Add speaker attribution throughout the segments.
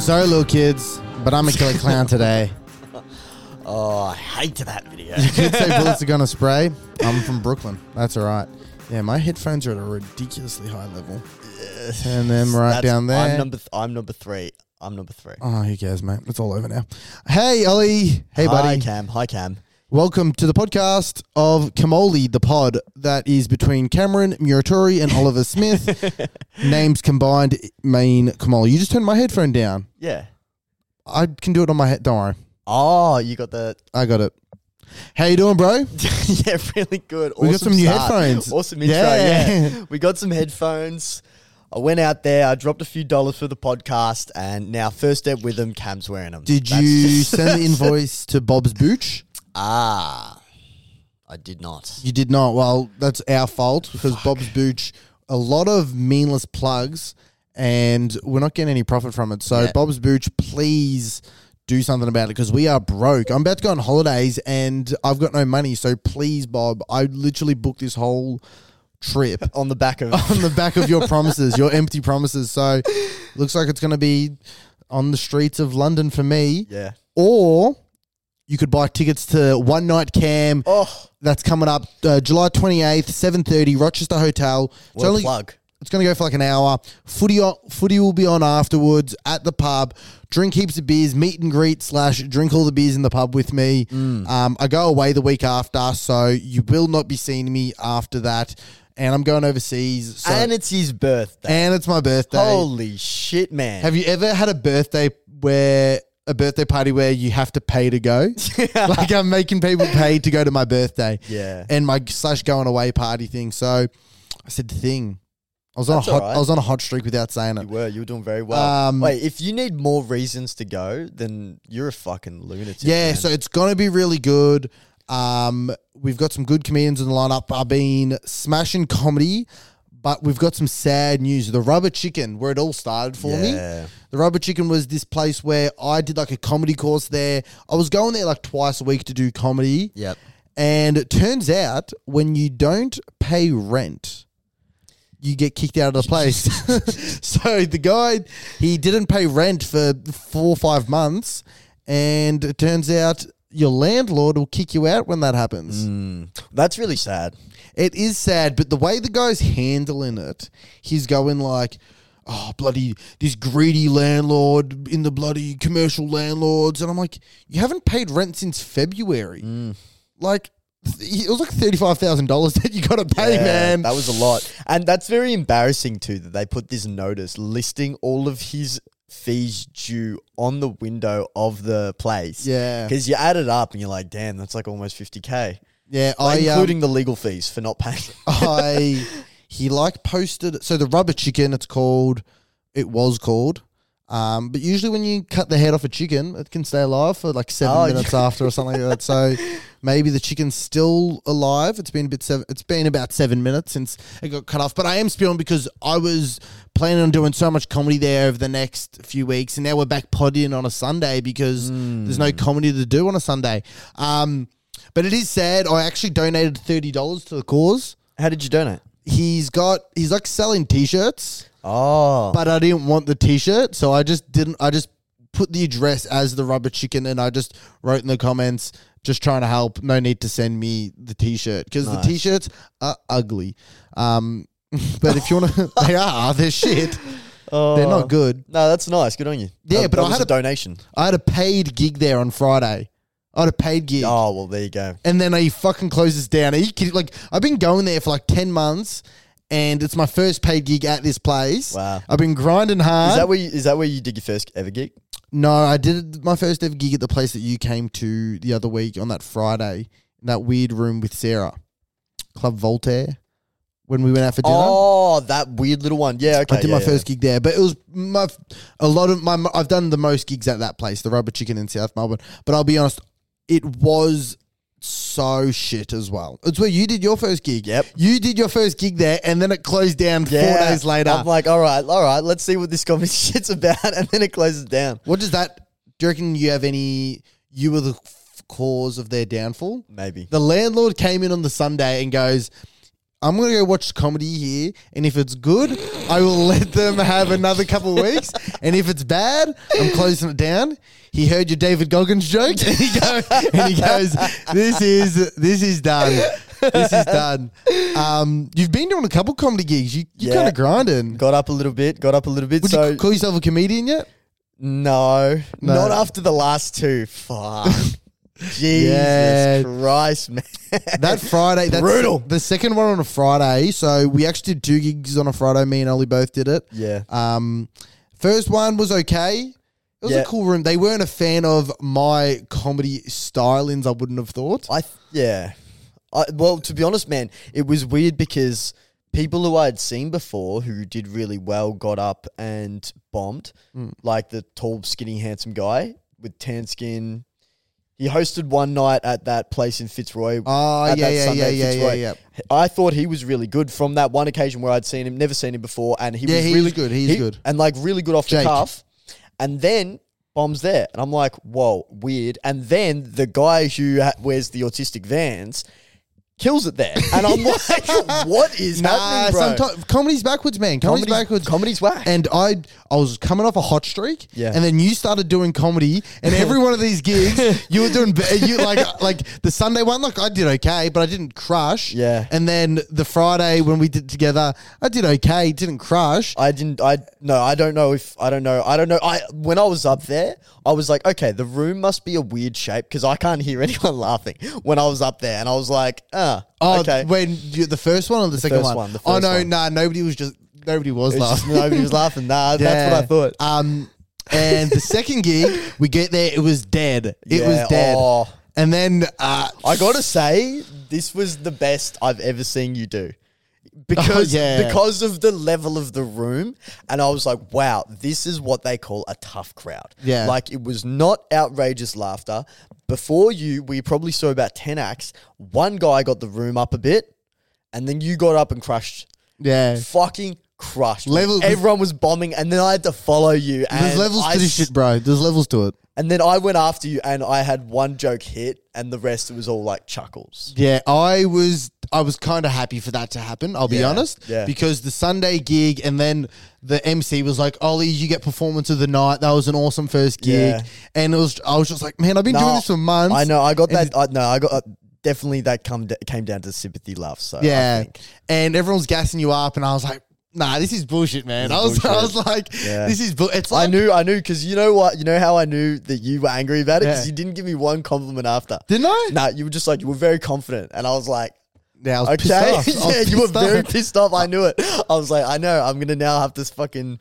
Speaker 1: sorry, little kids, but I'm a killer clown today.
Speaker 2: Oh, I hate that video.
Speaker 1: Kids say bullets are gonna spray. I'm from Brooklyn. That's all right. Yeah, my headphones are at a ridiculously high level. And then right
Speaker 2: That's-
Speaker 1: down there.
Speaker 2: I'm number. Th- I'm number three. I'm number three.
Speaker 1: oh, who cares, mate? It's all over now. Hey, Ollie. Hey,
Speaker 2: Hi
Speaker 1: buddy.
Speaker 2: Cam. Hi Cam.
Speaker 1: Welcome to the podcast of Kamoli, the pod that is between Cameron Muratori and Oliver Smith. Names combined mean Kamoli. You just turned my headphone down.
Speaker 2: Yeah.
Speaker 1: I can do it on my head. Don't worry.
Speaker 2: Oh, you got the
Speaker 1: I got it. How you doing, bro?
Speaker 2: yeah, really good.
Speaker 1: We got
Speaker 2: Awesome
Speaker 1: some new
Speaker 2: start.
Speaker 1: headphones.
Speaker 2: Awesome intro.
Speaker 1: Yeah.
Speaker 2: Yeah. we got some headphones. I went out there. I dropped a few dollars for the podcast, and now first step with them. Cam's wearing them.
Speaker 1: Did
Speaker 2: That's
Speaker 1: you
Speaker 2: just-
Speaker 1: send the invoice to Bob's Booch?
Speaker 2: ah, I did not.
Speaker 1: You did not. Well, that's our fault because Bob's Booch, a lot of meaningless plugs, and we're not getting any profit from it. So,
Speaker 2: Yeah.
Speaker 1: Bob's Booch, please do something about it because we are broke. I'm about to go on holidays and I've got no money. So, please, Bob, I literally booked this whole trip
Speaker 2: On the back of
Speaker 1: on the back of your promises, your empty promises. So, looks like it's going to be on the streets of London for me.
Speaker 2: yeah.
Speaker 1: Or you could buy tickets to One Night Cam.
Speaker 2: Oh,
Speaker 1: That's coming up uh, July 28th, 7.30, Rochester Hotel. It's,
Speaker 2: what a
Speaker 1: only,
Speaker 2: plug.
Speaker 1: it's going to go for like an hour. Footy, o- footy will be on afterwards at the pub. Drink heaps of beers, meet and greet slash drink all the beers in the pub with me.
Speaker 2: Mm.
Speaker 1: Um, I go away the week after, so you will not be seeing me after that. And I'm going overseas. So,
Speaker 2: and
Speaker 1: and,
Speaker 2: it's his birthday.
Speaker 1: it's my birthday.
Speaker 2: Holy shit, man!
Speaker 1: Have you ever had a birthday where a birthday party where you have to pay to go? like I'm making people pay to go to my birthday.
Speaker 2: Yeah.
Speaker 1: And my slash going away party thing. So I said thing. I was on
Speaker 2: That's
Speaker 1: a hot
Speaker 2: alright.
Speaker 1: I was on a hot streak without saying it.
Speaker 2: You were. You were doing very well.
Speaker 1: Um,
Speaker 2: Wait, if you need more reasons to go, then you're a fucking lunatic.
Speaker 1: Yeah,
Speaker 2: man.
Speaker 1: so it's gonna be really good. Um, we've got some good comedians in the lineup. I've been smashing comedy, but we've got some sad news. The Rubber Chicken, where it all started for
Speaker 2: Yeah.
Speaker 1: me. The Rubber Chicken was this place where I did like a comedy course there. I was going there like twice a week to do comedy.
Speaker 2: Yep.
Speaker 1: And it turns out when you don't pay rent, you get kicked out of the place. so the guy, he didn't pay rent for four or five months. And it turns out your landlord will kick you out when that happens.
Speaker 2: Mm. That's really sad.
Speaker 1: It is sad, but the way the guy's handling it, he's going like, oh, bloody, this greedy landlord in the bloody commercial landlords. And I'm like, you haven't paid rent since February.
Speaker 2: Mm.
Speaker 1: Like, th- it was like $35,000 that you got to pay,
Speaker 2: Yeah,
Speaker 1: man.
Speaker 2: That was a lot. And that's very embarrassing too that they put this notice listing all of his fees due on the window of the place.
Speaker 1: Yeah.
Speaker 2: Because you add it up and you're like, damn, that's like almost 50K.
Speaker 1: yeah,
Speaker 2: Like,
Speaker 1: I, um, Uh-huh.
Speaker 2: including the legal fees for not paying.
Speaker 1: I he like posted so the rubber chicken it's called it was called um, but usually when you cut the head off a chicken it can stay alive for like seven
Speaker 2: Oh,
Speaker 1: minutes after or something like that so maybe the chicken's still alive it's been a bit seven, it's been about seven minutes since it got cut off but I am spilling because I was planning on doing so much comedy there over the next few weeks and now we're back podding on a Sunday because there's no comedy to do on a Sunday um, but it is sad I actually donated $30 to the cause
Speaker 2: How did you donate?
Speaker 1: he's got he's like selling t-shirts
Speaker 2: Oh.
Speaker 1: but i didn't want the t-shirt so i just didn't i just put the address as the rubber chicken and i just wrote in the comments just trying to help no need to send me the t-shirt because
Speaker 2: Nice.
Speaker 1: the t-shirts are ugly um but if you want to they are they're shit they're not good
Speaker 2: No, that's nice. Good on you.
Speaker 1: Yeah,
Speaker 2: That-
Speaker 1: but
Speaker 2: that
Speaker 1: I
Speaker 2: was
Speaker 1: had
Speaker 2: a
Speaker 1: a-
Speaker 2: donation.
Speaker 1: i had a paid gig there on friday i had a paid gig
Speaker 2: Oh, well, there you go.
Speaker 1: and then he fucking closes down. Are you kidding? Like I've been going there for like ten months, and it's my first paid gig at this place.
Speaker 2: Wow.
Speaker 1: I've been grinding hard.
Speaker 2: Is that where you, is that where you did your first ever gig?
Speaker 1: no, I did my first ever gig at the place that you came to the other week on that Friday in that weird room with Sarah, Club Voltaire, when we went out for dinner.
Speaker 2: Oh, that weird little one. Yeah, okay.
Speaker 1: I did
Speaker 2: yeah,
Speaker 1: my
Speaker 2: yeah.
Speaker 1: first gig there, but it was my f- a lot of my. I've done the most gigs at that place, the Rubber Chicken in South Melbourne. But I'll be honest, it was so shit as well. It's where you did your first gig.
Speaker 2: Yep.
Speaker 1: you did your first gig there, and then it closed down four days later.
Speaker 2: I'm like, all right, all right, let's see what this comedy shit's about. And then it closes down.
Speaker 1: what does that? Do you reckon you have any? You were the f- cause of their downfall.
Speaker 2: Maybe.
Speaker 1: The landlord came in on the Sunday and goes, I'm gonna go watch comedy here, and if it's good, I will let them have another couple of weeks. And if it's bad, I'm closing it down. He heard your David Goggins joke, and he, go, and he goes, "This is this is done. This is done." Um, you've been doing a couple comedy gigs. You you
Speaker 2: Yeah.
Speaker 1: kind of grinding.
Speaker 2: Got up a little bit. Got up a little bit.
Speaker 1: Would
Speaker 2: so
Speaker 1: you call yourself a comedian yet?
Speaker 2: no,
Speaker 1: No.
Speaker 2: not after the last two. Fuck. Jesus
Speaker 1: Yeah.
Speaker 2: Christ, man.
Speaker 1: That Friday, that's
Speaker 2: Brutal.
Speaker 1: The second one on a Friday. So we actually did two gigs on a Friday. Me and Ollie both did it.
Speaker 2: Yeah.
Speaker 1: Um, first one was okay. It was
Speaker 2: Yeah.
Speaker 1: a cool room. They weren't a fan of my comedy stylings. I wouldn't have thought.
Speaker 2: I th- yeah. I, well, to be honest, man, it was weird because people who I had seen before who did really well got up and bombed, like the tall, skinny, handsome guy with tan skin. He hosted one night at that place in Fitzroy.
Speaker 1: Oh,
Speaker 2: at
Speaker 1: yeah,
Speaker 2: that
Speaker 1: yeah,
Speaker 2: Sunday
Speaker 1: yeah,
Speaker 2: at
Speaker 1: yeah, yeah,
Speaker 2: Fitzroy.
Speaker 1: yeah.
Speaker 2: I thought he was really good from that one occasion where I'd seen him, never seen him before, and he
Speaker 1: Yeah,
Speaker 2: was
Speaker 1: he's
Speaker 2: really
Speaker 1: good, he's
Speaker 2: he-
Speaker 1: good.
Speaker 2: and like really good off
Speaker 1: Jake.
Speaker 2: the cuff. And then bombs there, and I'm like, whoa, weird. And then the guy who ha- wears the autistic vans kills it there, and I'm like, what is
Speaker 1: Nah,
Speaker 2: happening, bro?
Speaker 1: sometimes comedy's backwards, man. Comedy's, backwards.
Speaker 2: comedy's whack.
Speaker 1: and I I was coming off a hot streak,
Speaker 2: Yeah.
Speaker 1: And then you started doing comedy, and every one of these gigs you were doing. be- You like like the Sunday one, like I did okay, but I didn't crush.
Speaker 2: Yeah.
Speaker 1: And then the Friday when we did together, I did okay, didn't crush.
Speaker 2: I didn't. I no. I don't know if I don't know. I don't know. I when I was up there, I was like, okay, the room must be a weird shape because I can't hear anyone laughing when I was up there, and I was like, ah,
Speaker 1: Oh,
Speaker 2: okay.
Speaker 1: when you, the first one or the second
Speaker 2: first
Speaker 1: one?
Speaker 2: one, the
Speaker 1: oh
Speaker 2: first
Speaker 1: no,
Speaker 2: one.
Speaker 1: nah, nobody was just nobody was
Speaker 2: It was just-
Speaker 1: laughing.
Speaker 2: nobody was laughing. Nah, that's what I thought.
Speaker 1: Um, and the second gig we get there, it was dead. It
Speaker 2: Yeah,
Speaker 1: was dead.
Speaker 2: oh.
Speaker 1: And then uh,
Speaker 2: I gotta say, this was the best I've ever seen you do. Because
Speaker 1: yeah.
Speaker 2: because of the level of the room, and I was like, wow, this is what they call a tough crowd.
Speaker 1: Yeah.
Speaker 2: Like it was not outrageous laughter. Before you, we probably saw about 10 acts. One guy got the room up a bit, and then you got up and crushed.
Speaker 1: yeah,
Speaker 2: Fucking crushed.
Speaker 1: Level-
Speaker 2: Everyone was bombing, and then I had to follow you. And
Speaker 1: There's levels
Speaker 2: I
Speaker 1: to this
Speaker 2: s-
Speaker 1: shit, bro. There's levels to it.
Speaker 2: And then I went after you, and I had one joke hit, and the rest it was all like chuckles.
Speaker 1: Yeah, I was I was kind of happy for that to happen. I'll be
Speaker 2: Yeah,
Speaker 1: honest,
Speaker 2: yeah.
Speaker 1: because the Sunday gig and then the MC was like, "Ollie, you get performance of the night. That was an awesome first gig."
Speaker 2: Yeah.
Speaker 1: And it was I was just like, "Man, I've been doing
Speaker 2: No,
Speaker 1: this for months."
Speaker 2: I know. I got
Speaker 1: And
Speaker 2: that. I, no, I got uh, definitely that come d came down to sympathy love. So I
Speaker 1: Yeah,
Speaker 2: think.
Speaker 1: and everyone's gassing you up, and I was like, "Nah, this is bullshit, man." I was I was like,
Speaker 2: Yeah.
Speaker 1: "This is bu- it's
Speaker 2: I
Speaker 1: like."
Speaker 2: knew, I knew, because you know what, you know how I knew that you were angry about it because
Speaker 1: Yeah.
Speaker 2: you didn't give me one compliment after.
Speaker 1: didn't I?
Speaker 2: No, you were just like you were very confident, and I was like,
Speaker 1: Yeah, I was pissed
Speaker 2: okay,
Speaker 1: off. I was
Speaker 2: yeah, you were
Speaker 1: pissed
Speaker 2: very
Speaker 1: off.
Speaker 2: pissed off. I knew it. I was like, I know, I'm gonna now have this fucking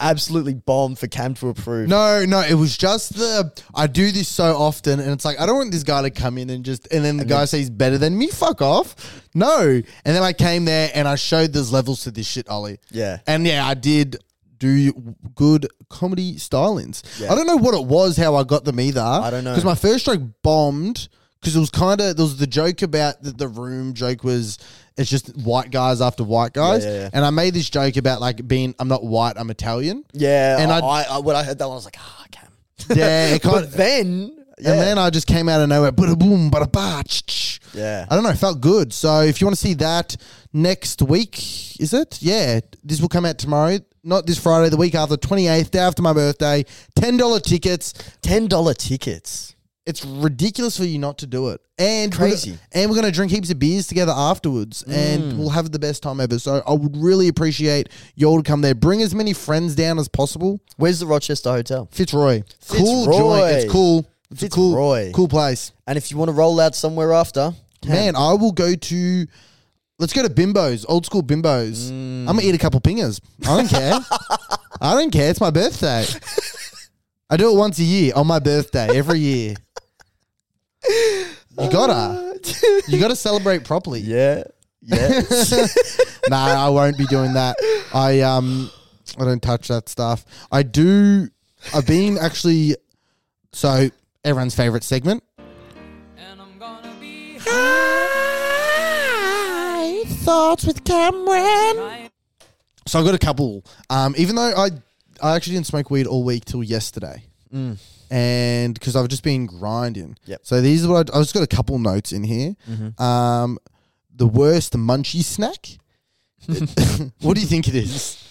Speaker 2: absolutely bomb for Cam to approve.
Speaker 1: No, no, it was just the I do this so often, and it's like I don't want this guy to come in and just and then the guy says better than me. Fuck off. No, and then I came there and I showed there's levels to this shit, Ollie.
Speaker 2: Yeah.
Speaker 1: and yeah, I did do good comedy stylings.
Speaker 2: Yeah.
Speaker 1: I don't know what it was, how I got them either. I
Speaker 2: don't know.
Speaker 1: because my first joke bombed. Because it was kind of there was the joke about the, the room joke was it's just white guys after white guys,
Speaker 2: yeah, yeah.
Speaker 1: and I made this joke about like being I'm not white, I'm Italian.
Speaker 2: Yeah,
Speaker 1: And
Speaker 2: and I,
Speaker 1: I'd-
Speaker 2: I, when I heard that one, I was like, ah, Cam.
Speaker 1: Yeah, it kind
Speaker 2: But then, yeah,
Speaker 1: And then I just came out of nowhere, bada boom, bada ba. ch- ch.
Speaker 2: yeah.
Speaker 1: I don't know, it felt good. So if you want to see that next week, is it? Yeah, this will come out tomorrow. Not this Friday, the week after, 28th, day after my birthday. $10 tickets.
Speaker 2: ten dollar tickets.
Speaker 1: It's ridiculous for you not to do it. And we're-
Speaker 2: Crazy. Mm.
Speaker 1: and we're going to drink heaps of beers together afterwards and we'll have the best time ever. So I would really appreciate you all to come there. Bring as many friends down as possible.
Speaker 2: Where's the Rochester Hotel?
Speaker 1: Fitzroy. Cool
Speaker 2: Fitzroy.
Speaker 1: joint. It's cool. It's a cool,
Speaker 2: Fitzroy.
Speaker 1: cool place.
Speaker 2: And if you want to roll out somewhere after,
Speaker 1: Man, I will go to. Let's go to Bimbo's, old school Bimbo's. I'm gonna eat a couple pingers. I don't care. I don't care. It's my birthday. I do it once a year on my birthday every year. You gotta, you gotta celebrate properly.
Speaker 2: yeah, yeah.
Speaker 1: Nah, I won't be doing that. I um, I don't touch that stuff. I do. I've been actually. So everyone's favorite segment.
Speaker 3: And I'm gonna be
Speaker 1: Hi, thoughts with Cameron.
Speaker 3: high.
Speaker 1: So I got a couple. Um, even though I, I actually didn't smoke weed all week till yesterday, and because I've just been grinding.
Speaker 2: Mm. Yep. Mm-hmm.
Speaker 1: So these are what I, I just got a couple notes in here. Um, the worst munchy snack? what do you think it is?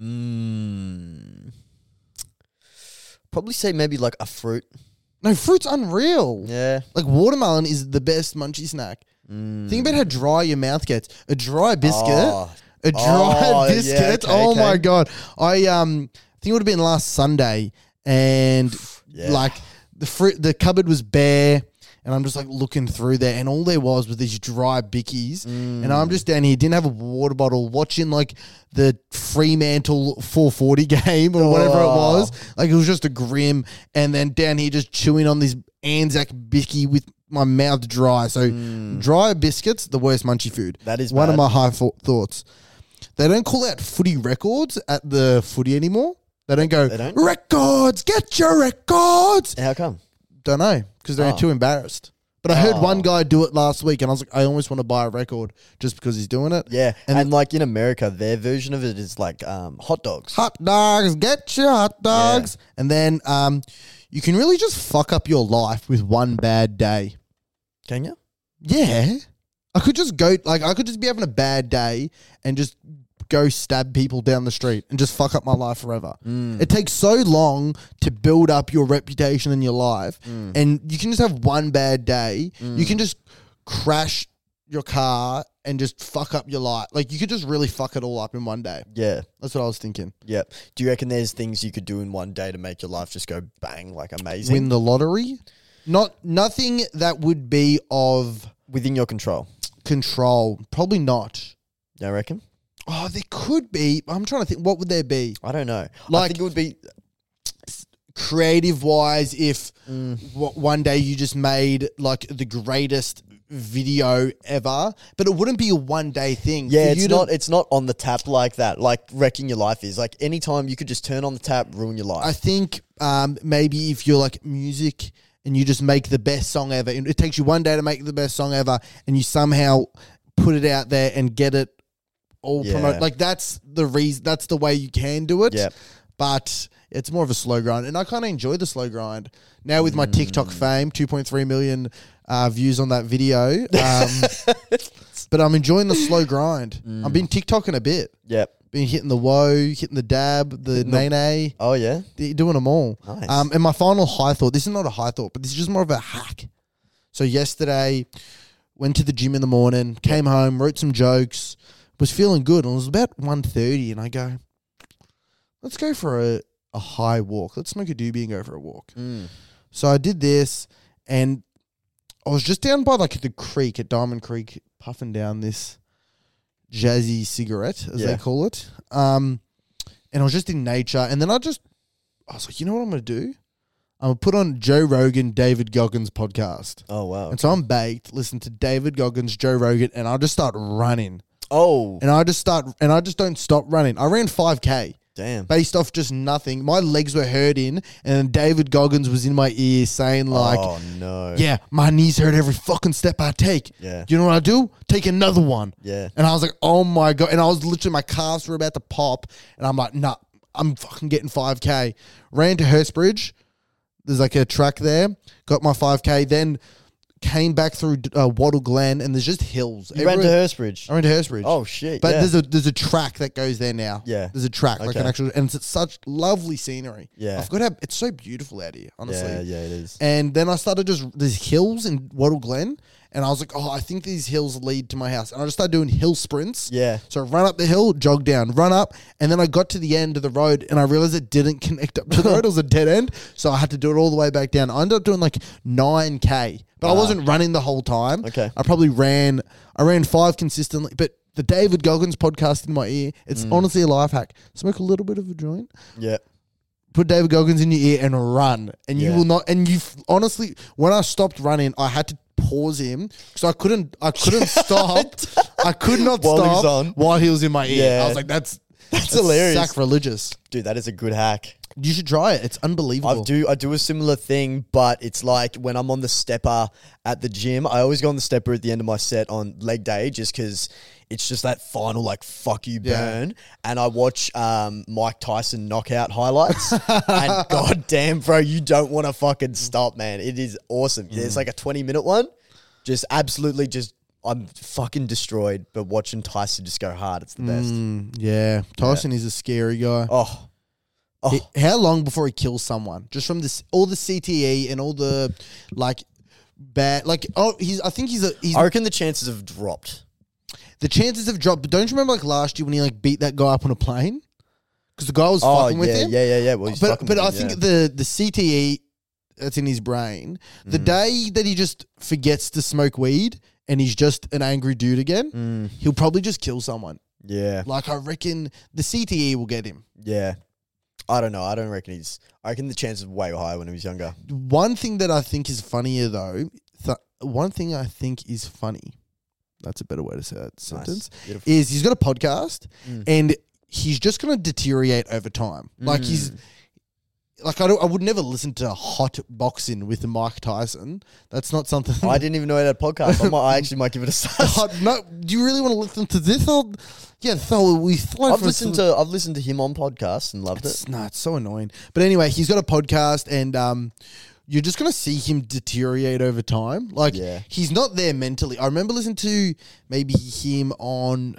Speaker 2: Mm. Probably say maybe like a fruit.
Speaker 1: No, fruit's unreal.
Speaker 2: Yeah.
Speaker 1: Like watermelon is the best munchy snack. Think about how dry your mouth gets. A dry biscuit,
Speaker 2: Mm. Oh.
Speaker 1: a dry
Speaker 2: Oh, yeah,
Speaker 1: biscuit.
Speaker 2: okay,
Speaker 1: oh my
Speaker 2: okay.
Speaker 1: god! I um think it would have been last Sunday, and
Speaker 2: Yeah.
Speaker 1: like the fruit, the cupboard was bare. And I'm just like looking through there, and all there was was these dry bickies.
Speaker 2: Mm.
Speaker 1: And I'm just down here, didn't have a water bottle, watching like the Fremantle 440 game or whatever it
Speaker 2: Oh.
Speaker 1: was. Like it was just a grim. And then down here, just chewing on this Anzac bicky with my mouth dry. So dry biscuits, the worst munchy food.
Speaker 2: Mm. That is
Speaker 1: one of
Speaker 2: bad.
Speaker 1: my high fo- thoughts. They don't call out footy records at the footy anymore. They don't go
Speaker 2: They don't?
Speaker 1: records. Get your records.
Speaker 2: How come?
Speaker 1: Don't know because they're
Speaker 2: Oh.
Speaker 1: too embarrassed. But I heard
Speaker 2: Oh.
Speaker 1: one guy do it last week, and I was like, I almost want to buy a record just because he's doing it.
Speaker 2: Yeah.
Speaker 1: And-
Speaker 2: And, like in America, their version of it is like um, hot dogs.
Speaker 1: hot dogs, get your hot dogs. And then um, you can really just fuck up your life with one bad day.
Speaker 2: Can you?
Speaker 1: Yeah. I could just go, like, I could just be having a bad day and just go stab people down the street and just fuck up my life forever. It takes so long to build up your reputation in your life. And you can just have one bad day. You can just crash your car and just fuck up your life. Like, you could just really fuck it all up in one day.
Speaker 2: Yeah.
Speaker 1: That's what I was thinking.
Speaker 2: Yeah. Do you reckon there's things you could do in one day to make your life just go bang, like amazing?
Speaker 1: win the lottery. Not nothing that would be of
Speaker 2: Within your control.
Speaker 1: control. Probably not.
Speaker 2: I reckon.
Speaker 1: Oh, there could be. I'm trying to think. What would there be?
Speaker 2: I don't know. I
Speaker 1: Like-
Speaker 2: think it would be
Speaker 1: Creative wise, if
Speaker 2: Mm.
Speaker 1: wha- one day you just made like the greatest video ever, but it wouldn't be a one day thing. For
Speaker 2: Yeah,
Speaker 1: you
Speaker 2: it's
Speaker 1: to-
Speaker 2: not it's not on the tap like that. Like wrecking your life is like anytime you could just turn on the tap, ruin your
Speaker 1: I
Speaker 2: life.
Speaker 1: think um, maybe if you're like music and you just make the best song ever, and it takes you one day to make the best song ever, and you somehow put it out there and get it all
Speaker 2: Yeah.
Speaker 1: promoted. Like that's the reason. That's the way you can do it.
Speaker 2: Yep.
Speaker 1: But it's more of a slow grind, and I kind of enjoy the slow grind now with my TikTok fame, 2.3 million uh, views on that video. Um, but I'm enjoying the slow grind. I've been TikToking a bit,
Speaker 2: yep.
Speaker 1: been hitting the woe, hitting the dab, the nay nay.
Speaker 2: Oh yeah.
Speaker 1: They're doing them all.
Speaker 2: Nice.
Speaker 1: Um, and my final high thought. This is not a high thought, but this is just more of a hack. So yesterday, went to the gym in the morning, came home, wrote some jokes, was feeling good, and it was about 1.30 and I go, let's go for a, a high walk. Let's smoke a doobie and go for a walk.
Speaker 2: Mm.
Speaker 1: So I did this, and I was just down by like the creek at Diamond Creek, puffing down this jazzy cigarette, as they
Speaker 2: Yeah.
Speaker 1: call it. Um, and I was just in nature, and then I just I was like, you know what I'm gonna do? I'm gonna put on Joe Rogan, David Goggins podcast.
Speaker 2: Oh wow.
Speaker 1: And so I'm baked, listen to David Goggins, Joe Rogan, and I'll just start running.
Speaker 2: Oh
Speaker 1: And I just start and I just don't stop running. I ran five K
Speaker 2: damn.
Speaker 1: based off just nothing. My legs were hurting, and then David Goggins was in my ear saying like,
Speaker 2: oh no.
Speaker 1: "Yeah, my knees hurt every fucking step I take."
Speaker 2: Yeah.
Speaker 1: you know what I do? Take another one.
Speaker 2: Yeah.
Speaker 1: and I was like, "Oh my god!" And I was literally my calves were about to pop, and I'm like, "Nah, I'm fucking getting five k." Ran to Hurstbridge. There's like a track there. Got my five k. Then came back through uh, Wattle Glen, and there's just hills.
Speaker 2: You ran to
Speaker 1: Everywhere-
Speaker 2: Hurstbridge.
Speaker 1: I ran to Hurstbridge.
Speaker 2: Oh shit.
Speaker 1: But
Speaker 2: yeah.
Speaker 1: there's a there's a track that goes there now.
Speaker 2: Yeah.
Speaker 1: there's a track like an
Speaker 2: Okay.
Speaker 1: actual, and it's such lovely scenery.
Speaker 2: Yeah.
Speaker 1: I've got to have, it's so beautiful out here, honestly.
Speaker 2: yeah, yeah, it is.
Speaker 1: And then I started just these hills in Wattle Glen, and I was like, oh, I think these hills lead to my house, and I just started doing hill sprints.
Speaker 2: Yeah.
Speaker 1: So I run up the hill, jog down, run up, and then I got to the end of the road, and I realized it didn't connect up to the road. It was a dead end, so I had to do it all the way back down. I ended up doing like nine k, but I wasn't running the whole time.
Speaker 2: Okay.
Speaker 1: I probably ran I ran five consistently, but the David Goggins podcast in my ear, it's
Speaker 2: Mm.
Speaker 1: honestly a life hack. Smoke a little bit of a joint,
Speaker 2: Yeah.
Speaker 1: put David Goggins in your ear and run. And you
Speaker 2: Yeah.
Speaker 1: will not and you f- honestly when I stopped running, I had to pause him because I couldn't I couldn't stop. I could not
Speaker 2: While he was
Speaker 1: stop
Speaker 2: on.
Speaker 1: while he was in my ear. I
Speaker 2: Yeah.
Speaker 1: was like, that's that's,
Speaker 2: hilarious.
Speaker 1: Sacrilegious.
Speaker 2: Dude, that is a good hack.
Speaker 1: You should try it. It's unbelievable.
Speaker 2: I do I do a similar thing, but it's like when I'm on the stepper at the gym, I always go on the stepper at the end of my set on leg day just because it's just that final like fuck you
Speaker 1: Yeah.
Speaker 2: burn. And I watch um, Mike Tyson knockout highlights. and goddamn, bro, you don't
Speaker 1: Mm.
Speaker 2: want to fucking stop, man. It is awesome. There's like a 20 minute one, just absolutely just I'm fucking destroyed, but watching Tyson just go hard, it's the best.
Speaker 1: Mm, yeah, Tyson is a scary guy.
Speaker 2: Oh, oh,
Speaker 1: He- how long before he kills someone? Just from this, all the CTE and all the like bad, like oh, he's. I think he's a. He's,
Speaker 2: I reckon the chances have dropped.
Speaker 1: the chances have dropped. But don't you remember like last year when he like beat that guy up on a plane because the guy was
Speaker 2: Oh
Speaker 1: fucking with
Speaker 2: yeah,
Speaker 1: him.
Speaker 2: yeah, yeah, yeah. Well, he's
Speaker 1: but
Speaker 2: fucking
Speaker 1: but
Speaker 2: with
Speaker 1: I
Speaker 2: him,
Speaker 1: think
Speaker 2: yeah.
Speaker 1: the the CTE that's in his brain. The
Speaker 2: Mm.
Speaker 1: day that he just forgets to smoke weed and he's just an angry dude again,
Speaker 2: Mm.
Speaker 1: he'll probably just kill someone.
Speaker 2: yeah,
Speaker 1: Like I reckon the CTE will get him.
Speaker 2: yeah. I don't know. I don't reckon he's. I reckon the chances were way higher when he was younger.
Speaker 1: One thing that I think is funnier though, th- one thing I think is funny. That's a better way to say that sentence.
Speaker 2: Beautiful.
Speaker 1: Is he's got a podcast
Speaker 2: Mm.
Speaker 1: and he's just going to deteriorate over time. Like
Speaker 2: Mm.
Speaker 1: he's like I, don't, I would never listen to hot boxing with Mike Tyson. That's not something
Speaker 2: I didn't even know it had a podcast. I, might, I actually might give it a
Speaker 1: Oh,
Speaker 2: start.
Speaker 1: no, do you really want to listen to this? Old, yeah, so we thought
Speaker 2: I've
Speaker 1: for
Speaker 2: listened to I've listened to him on podcasts and loved it.
Speaker 1: It's, no, it's so annoying. But anyway, he's got a podcast, and um, you're just gonna see him deteriorate over time. Like
Speaker 2: Yeah.
Speaker 1: he's not there mentally. I remember listening to maybe him on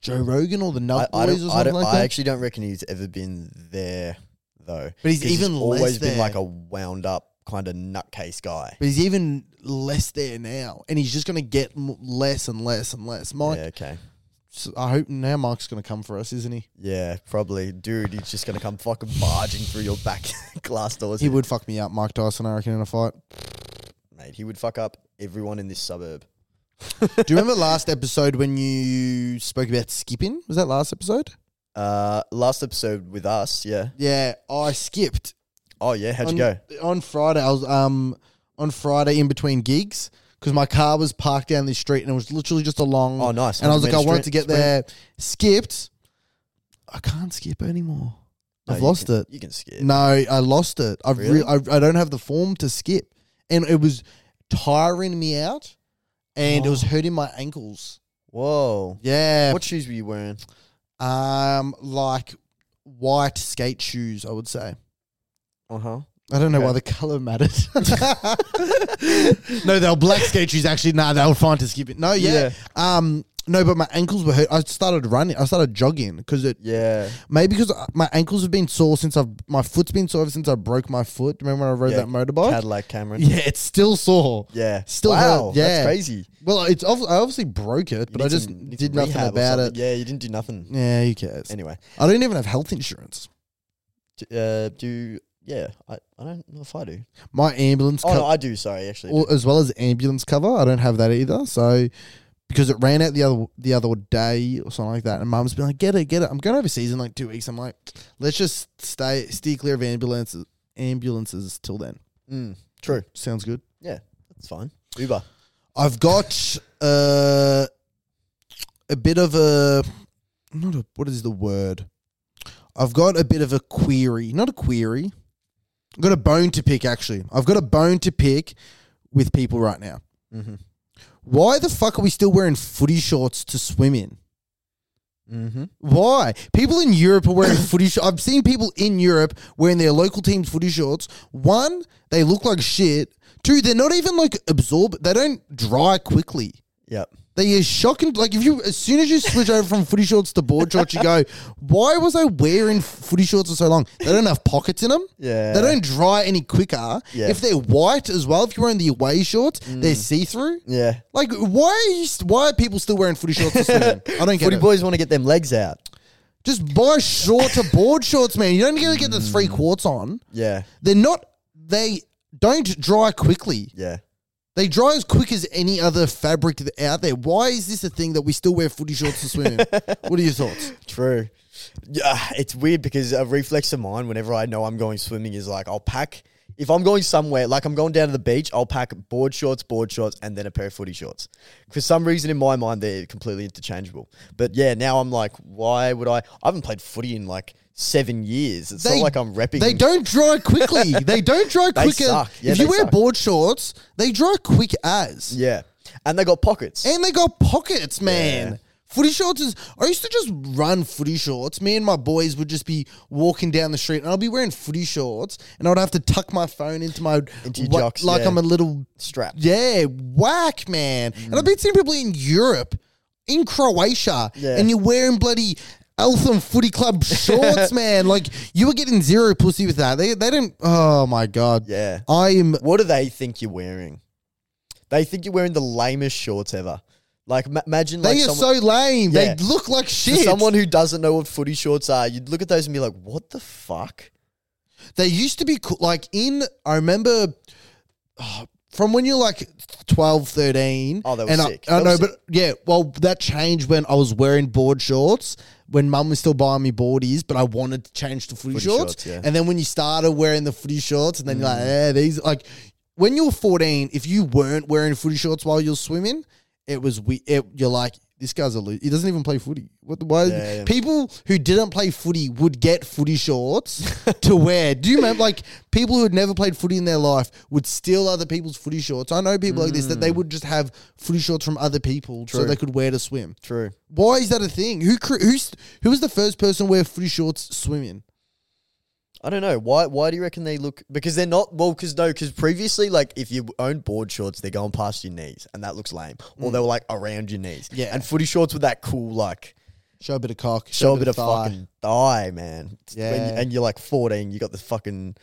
Speaker 1: Joe Rogan or the
Speaker 2: I,
Speaker 1: Nut
Speaker 2: I
Speaker 1: Boys
Speaker 2: don't.
Speaker 1: or
Speaker 2: I,
Speaker 1: something
Speaker 2: don't
Speaker 1: like
Speaker 2: I
Speaker 1: that.
Speaker 2: actually don't reckon he's ever been there though.
Speaker 1: But he's
Speaker 2: 'Cause
Speaker 1: even less
Speaker 2: always been
Speaker 1: there.
Speaker 2: like a wound up kind of nutcase guy.
Speaker 1: but he's even less there now, and he's just gonna get m- less and less and less. Mike,
Speaker 2: yeah. Okay.
Speaker 1: so I hope now Mike's gonna come for us, isn't he?
Speaker 2: Yeah, probably, dude. He's just gonna come fucking barging through your back glass doors.
Speaker 1: He would fuck me up, Mike Tyson. I reckon in a fight.
Speaker 2: mate. He would fuck up everyone in this suburb.
Speaker 1: Do you remember last episode when you spoke about skipping? Was that last episode?
Speaker 2: Uh, last episode with us, yeah.
Speaker 1: Yeah, I skipped.
Speaker 2: Oh yeah, how'd
Speaker 1: on,
Speaker 2: you go?
Speaker 1: On Friday, I was um on Friday in between gigs because my car was parked down the street and it was literally just along.
Speaker 2: Oh, nice.
Speaker 1: And I was like, I
Speaker 2: 100
Speaker 1: wanted to
Speaker 2: meter
Speaker 1: get there. Skipped. I can't skip anymore.
Speaker 2: No,
Speaker 1: I've
Speaker 2: you
Speaker 1: lost
Speaker 2: can-
Speaker 1: it.
Speaker 2: You can skip.
Speaker 1: No, I lost it. I've
Speaker 2: Really?
Speaker 1: re- I, I don't have the form to skip, and it was tiring me out, and it was hurting my ankles.
Speaker 2: Whoa.
Speaker 1: Yeah,
Speaker 2: Oh. What shoes were you wearing?
Speaker 1: Um, like white skate shoes, I would say.
Speaker 2: Uh huh.
Speaker 1: I don't know why
Speaker 2: Okay.
Speaker 1: the color mattered. no, they were black skate shoes. Actually, nah, they were fine to skip it. No, yeah. Um, no, but my ankles were hurt. I started running. I started jogging because it
Speaker 2: Yeah.
Speaker 1: maybe because my ankles have been sore since I've my foot's been sore ever since I broke my foot. Remember when I rode
Speaker 2: Yeah,
Speaker 1: that motorbike?
Speaker 2: Cadillac Cameron.
Speaker 1: yeah, it's still sore.
Speaker 2: Yeah.
Speaker 1: Still
Speaker 2: wow.
Speaker 1: hurt, yeah.
Speaker 2: That's crazy.
Speaker 1: Well, it's obv- I obviously broke it,
Speaker 2: You
Speaker 1: but
Speaker 2: need
Speaker 1: I just
Speaker 2: some- need
Speaker 1: did
Speaker 2: some
Speaker 1: nothing
Speaker 2: rehab or
Speaker 1: about
Speaker 2: something.
Speaker 1: it. Mm.
Speaker 2: Yeah, you didn't do nothing.
Speaker 1: Yeah, who cares?
Speaker 2: Anyway,
Speaker 1: I don't even have health insurance.
Speaker 2: d- uh, do you- yeah. I, I don't know if I do.
Speaker 1: My ambulance.
Speaker 2: Oh
Speaker 1: co-
Speaker 2: no, I do. Sorry, actually. I
Speaker 1: or, as well as ambulance cover. I don't have that either. So because it ran out the other the other day or something like that, and Mum's been like, "Get it, get it." I'm going overseas in like two weeks. I'm like, let's just stay steer clear of ambulances ambulances till then.
Speaker 2: do. Mm, true.
Speaker 1: Sounds good.
Speaker 2: Yeah, that's fine. Uber.
Speaker 1: I've got uh, a bit of a not a what is the word? I've got a bit of a query, not a query. I've got a bone to pick. Actually, I've got a bone to pick with people right now.
Speaker 2: Mm-hmm.
Speaker 1: Why the fuck are we still wearing footy shorts to swim in?
Speaker 2: Mm-hmm.
Speaker 1: Why? People in Europe are wearing footy shorts. I've seen people in Europe wearing their local team's footy shorts. One, they look like shit. Two, they're not even like absorb. They don't dry quickly.
Speaker 2: Yep.
Speaker 1: They are shocking. Like if you, as soon as you switch over from footy shorts to board shorts, you go, why was I wearing footy shorts for so long? They don't have pockets in them.
Speaker 2: Yeah.
Speaker 1: They don't dry any quicker.
Speaker 2: Yeah. Mm.
Speaker 1: If they're white as well, if you're wearing the away shorts, they're see through.
Speaker 2: Yeah.
Speaker 1: Like, why are you st- why are people still wearing footy shorts to swim? in? I don't get
Speaker 2: Footy
Speaker 1: it.
Speaker 2: boys want to get them legs out.
Speaker 1: Just buy shorter board shorts, man. You don't get to get the
Speaker 2: Mm.
Speaker 1: three quarts on.
Speaker 2: Yeah.
Speaker 1: They're not. They don't dry quickly.
Speaker 2: Yeah.
Speaker 1: They dry as quick as any other fabric th- out there. Why is this a thing that we still wear footy shorts to swim in? what are your thoughts?
Speaker 2: True. Yeah, it's weird because a reflex of mine, whenever I know I'm going swimming, is like I'll pack. If I'm going somewhere, like I'm going down to the beach, I'll pack board shorts, board shorts, and then a pair of footy shorts. For some reason, in my mind, they're completely interchangeable. But yeah, now I'm like, why would I? I haven't played footy in like seven years. It's
Speaker 1: They-
Speaker 2: not like I'm repping.
Speaker 1: They don't dry quickly. they don't dry
Speaker 2: They
Speaker 1: quicker.
Speaker 2: suck. Yeah,
Speaker 1: if you
Speaker 2: they
Speaker 1: wear
Speaker 2: suck.
Speaker 1: board shorts, they dry quick as. Eh.
Speaker 2: Yeah, and they got pockets.
Speaker 1: And they got pockets, man. Footy shorts is. I used to just run footy shorts. Me and my boys would just be walking down the street, and I'd be wearing footy shorts, and I'd have to tuck my phone into my
Speaker 2: Into your
Speaker 1: wa-
Speaker 2: jocks,
Speaker 1: like
Speaker 2: yeah.
Speaker 1: I'm a little
Speaker 2: Strap.
Speaker 1: yeah, whack, man. And I've been seeing people in Europe, in Croatia,
Speaker 2: Yeah.
Speaker 1: and you're wearing bloody Eltham Footy Club shorts, man. Like you were getting zero pussy with that. They they didn't. Oh my god.
Speaker 2: Yeah.
Speaker 1: I am.
Speaker 2: What do they think you're wearing? They think you're wearing the lamest shorts ever. Like, ma- imagine
Speaker 1: They
Speaker 2: like
Speaker 1: are
Speaker 2: someone,
Speaker 1: so lame.
Speaker 2: Yeah.
Speaker 1: They look like
Speaker 2: for
Speaker 1: shit.
Speaker 2: someone who doesn't know what footy shorts are. You'd look at those and be like, "What the fuck?"
Speaker 1: they used to be cool. Like in, I remember oh, from when you're like 12, 13.
Speaker 2: Oh, they were
Speaker 1: and
Speaker 2: sick.
Speaker 1: I, I
Speaker 2: They
Speaker 1: know,
Speaker 2: were
Speaker 1: but yeah, well, that changed when I was wearing board shorts. When mum was still buying me boardies, but I wanted to change to footy,
Speaker 2: Footy
Speaker 1: shorts.
Speaker 2: shorts, yeah.
Speaker 1: And then when you started wearing the footy shorts, and then
Speaker 2: Mm.
Speaker 1: you're like, yeah, these like when you were 14, if you weren't wearing footy shorts while you're swimming, it was we. It, you're like, this guy's a loser. He doesn't even play footy. What? the- Why?
Speaker 2: Yeah, yeah.
Speaker 1: people who didn't play footy would get footy shorts to wear. Do you remember, like, people who had never played footy in their life would steal other people's footy shorts? I know people like this that they would just have footy shorts from other people so
Speaker 2: Mm. True.
Speaker 1: they could wear to swim.
Speaker 2: True.
Speaker 1: Why is that a thing? Who cre- who's who was the first person to wear footy shorts swimming?
Speaker 2: I don't know why. Why do you reckon they look? Because they're not well. Because no. Because previously, like if you own board shorts, they're going past your knees, and that looks lame. Or they were like around your knees.
Speaker 1: Mm. Yeah.
Speaker 2: And footy shorts with that cool like
Speaker 1: Show a bit of cock,
Speaker 2: show a bit of
Speaker 1: thigh.
Speaker 2: fucking thigh, man. It's when you-
Speaker 1: Yeah.
Speaker 2: and you're like 14. You got the fucking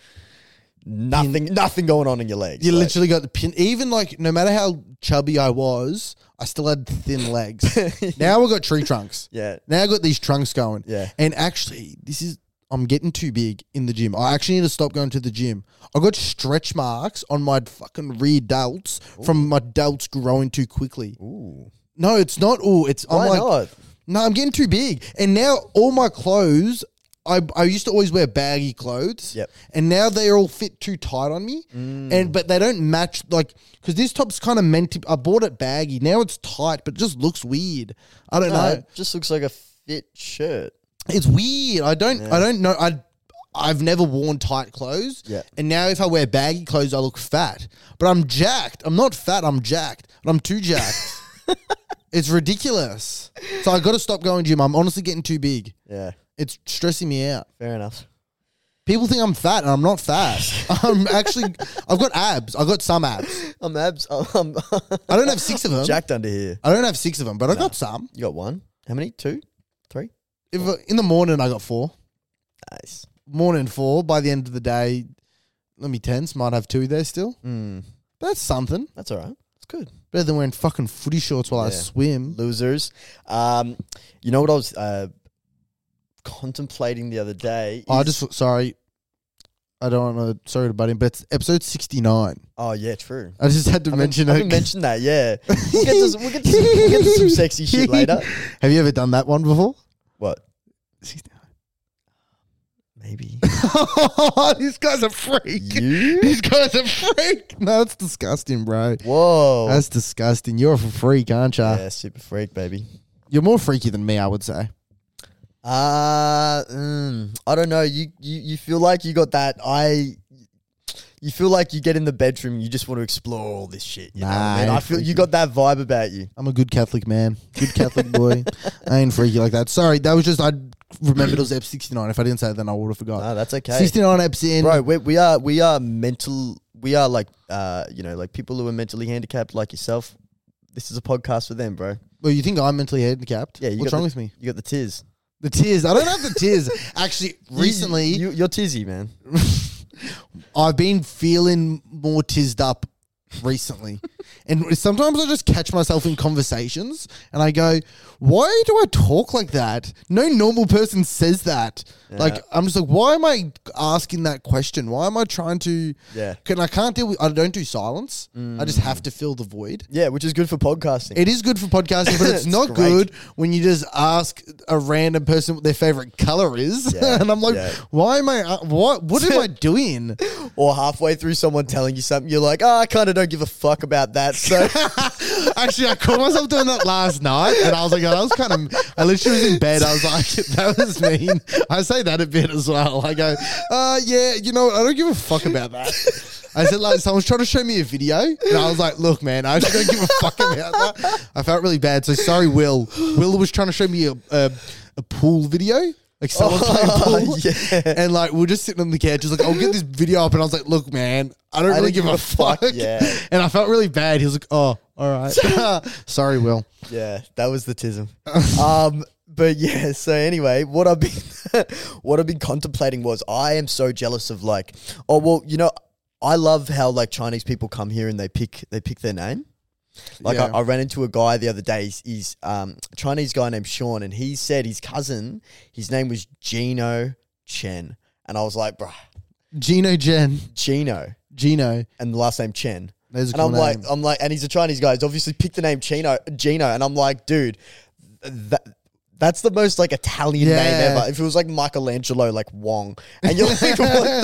Speaker 2: nothing, nothing going on in your legs.
Speaker 1: You
Speaker 2: like,
Speaker 1: literally got the pin. Even like, no matter how chubby I was, I still had thin legs. now I've got tree trunks.
Speaker 2: Yeah.
Speaker 1: Now I got these trunks going.
Speaker 2: Yeah.
Speaker 1: And actually, this is I'm getting too big in the gym. I actually need to stop going to the gym. I got stretch marks on my fucking rear delts from my delts growing too quickly.
Speaker 2: Ooh.
Speaker 1: No, it's not. Oh, it's
Speaker 2: Why
Speaker 1: I'm like,
Speaker 2: not?
Speaker 1: no, I'm getting too big. And now all my clothes, I, I used to always wear baggy clothes.
Speaker 2: Yep. Mm.
Speaker 1: And now they all fit too tight on me. And but they don't match like because this top's kind of meant to. I bought it baggy. Now it's tight, but it just looks weird. I don't
Speaker 2: No,
Speaker 1: know.
Speaker 2: it just looks like a fit shirt.
Speaker 1: It's weird. I don't. I don't know. I. I've never worn tight clothes.
Speaker 2: Yeah.
Speaker 1: And now if I wear baggy clothes, I look fat. But I'm jacked. I'm not fat. I'm jacked. But I'm too jacked. it's ridiculous. So I got to stop going gym. I'm honestly getting too big.
Speaker 2: Yeah,
Speaker 1: It's stressing me out.
Speaker 2: fair enough.
Speaker 1: People think I'm fat, and I'm not fat. I'm actually. I've got abs. I've got some abs.
Speaker 2: I'm abs. I'm
Speaker 1: I don't have six of them.
Speaker 2: jacked under here.
Speaker 1: I don't have six of them, but I got some.
Speaker 2: You got one. How many? Two, three.
Speaker 1: If uh, in the morning I got four.
Speaker 2: Nice.
Speaker 1: morning four. By the end of the day, let me tense. Might have two there still.
Speaker 2: Mm,
Speaker 1: But that's something
Speaker 2: that's all right. It's good.
Speaker 1: better than wearing fucking footy shorts while I
Speaker 2: Yeah.
Speaker 1: swim.
Speaker 2: Losers. Um, you know what I was uh, contemplating the other day?
Speaker 1: I
Speaker 2: is-
Speaker 1: just sorry. I don't want to. Sorry to butt in, but it's episode sixty nine.
Speaker 2: Oh yeah, true.
Speaker 1: I just had to mention
Speaker 2: I
Speaker 1: it.
Speaker 2: haven't mentioned that. Yeah, we'll get to, some- we'll get to some, we'll get to some sexy shit later.
Speaker 1: Have you ever done that one before?
Speaker 2: What? Maybe
Speaker 1: These guys are freak.
Speaker 2: you.
Speaker 1: These guys are freak. No, that's disgusting, bro.
Speaker 2: Whoa.
Speaker 1: That's uh, disgusting. You're a freak, aren't you?
Speaker 2: yeah, super freak, baby.
Speaker 1: You're more freaky than me, I would say.
Speaker 2: Uh, mm, I don't know. You, you you feel like you got that. I. You feel like you get in the bedroom. You just want to explore all this shit. You know what
Speaker 1: Nah,
Speaker 2: I mean?
Speaker 1: I
Speaker 2: I feel
Speaker 1: freaking-
Speaker 2: you got that vibe about you.
Speaker 1: I'm a good Catholic man, good Catholic boy. I ain't freaky like that. Sorry, that was just I remembered it was ep 69. If I didn't say it, then I would have forgot.
Speaker 2: No, Oh, that's Ah, okay,
Speaker 1: 69 eps in.
Speaker 2: bro. We, we are we are mental. We are like uh, you know, like people who are mentally handicapped, like yourself. This is a podcast for them, bro.
Speaker 1: Well, you think I'm mentally handicapped?
Speaker 2: Yeah, you
Speaker 1: What's
Speaker 2: got
Speaker 1: wrong
Speaker 2: the-
Speaker 1: with me?
Speaker 2: You got the tears.
Speaker 1: The tears. I don't have the tears. Actually,
Speaker 2: You-
Speaker 1: recently
Speaker 2: you, you're tizzy, man.
Speaker 1: I've been feeling more tizzed up recently. and sometimes I just catch myself in conversations and I go, why do I talk like that? No normal person says that. Like, I'm just like, why am I asking that question? Why am I trying to.
Speaker 2: Yeah.
Speaker 1: Can I can't deal with. I don't do silence. I just have to fill the void.
Speaker 2: Yeah, which is good for podcasting.
Speaker 1: It is good for podcasting, but it's,
Speaker 2: It's
Speaker 1: not
Speaker 2: great.
Speaker 1: good when you just ask a random person what their favorite color is,
Speaker 2: Yeah,
Speaker 1: and I'm like,
Speaker 2: yeah.
Speaker 1: "Why am I? Uh, what? What am I doing?"
Speaker 2: "Ah, or halfway through someone telling you something, you're like, oh, I kind of don't give a fuck about that. So
Speaker 1: Actually, I caught myself doing that last night, and I was like, I was kind of, I literally was in bed. I was like, that was mean. I say that a bit as well. I go, uh, yeah, you know, what? I don't give a fuck about that. I said, like, someone's trying to show me a video, and I was like, look, man, I actually don't give a fuck about that. I felt really bad. So sorry, Will. Will was trying to show me a, a, a pool video. Like someone playing pool,
Speaker 2: Oh, yeah.
Speaker 1: and like we we're just sitting on the couch. Just like, I'll get this video up, and I was like, "Look, man, I don't
Speaker 2: I
Speaker 1: really
Speaker 2: don't
Speaker 1: give a, fuck.
Speaker 2: yeah.
Speaker 1: And I felt really bad. He was like, "Oh, all right, sorry, Will."
Speaker 2: Yeah, that was the tism. um, but yeah, so anyway, what I've been what I've been contemplating was I am so jealous of like, oh well, you know, I love how like Chinese people come here and they pick they pick their name. Like
Speaker 1: Yeah.
Speaker 2: I, I ran into a guy the other day. He's, he's um a Chinese guy named Sean, and he said his cousin, his name was Gino Chen, and I was like, bruh,
Speaker 1: Gino Jen,
Speaker 2: Gino,
Speaker 1: Gino.
Speaker 2: and the last name Chen.
Speaker 1: There's a
Speaker 2: And
Speaker 1: cool
Speaker 2: I'm like,
Speaker 1: name.
Speaker 2: I'm like, and he's a Chinese guy. He's obviously picked the name Chino, Gino, and I'm like, dude, that that's the most like Italian
Speaker 1: Yeah.
Speaker 2: name ever. If it was like Michelangelo, like Wong, and you're like, what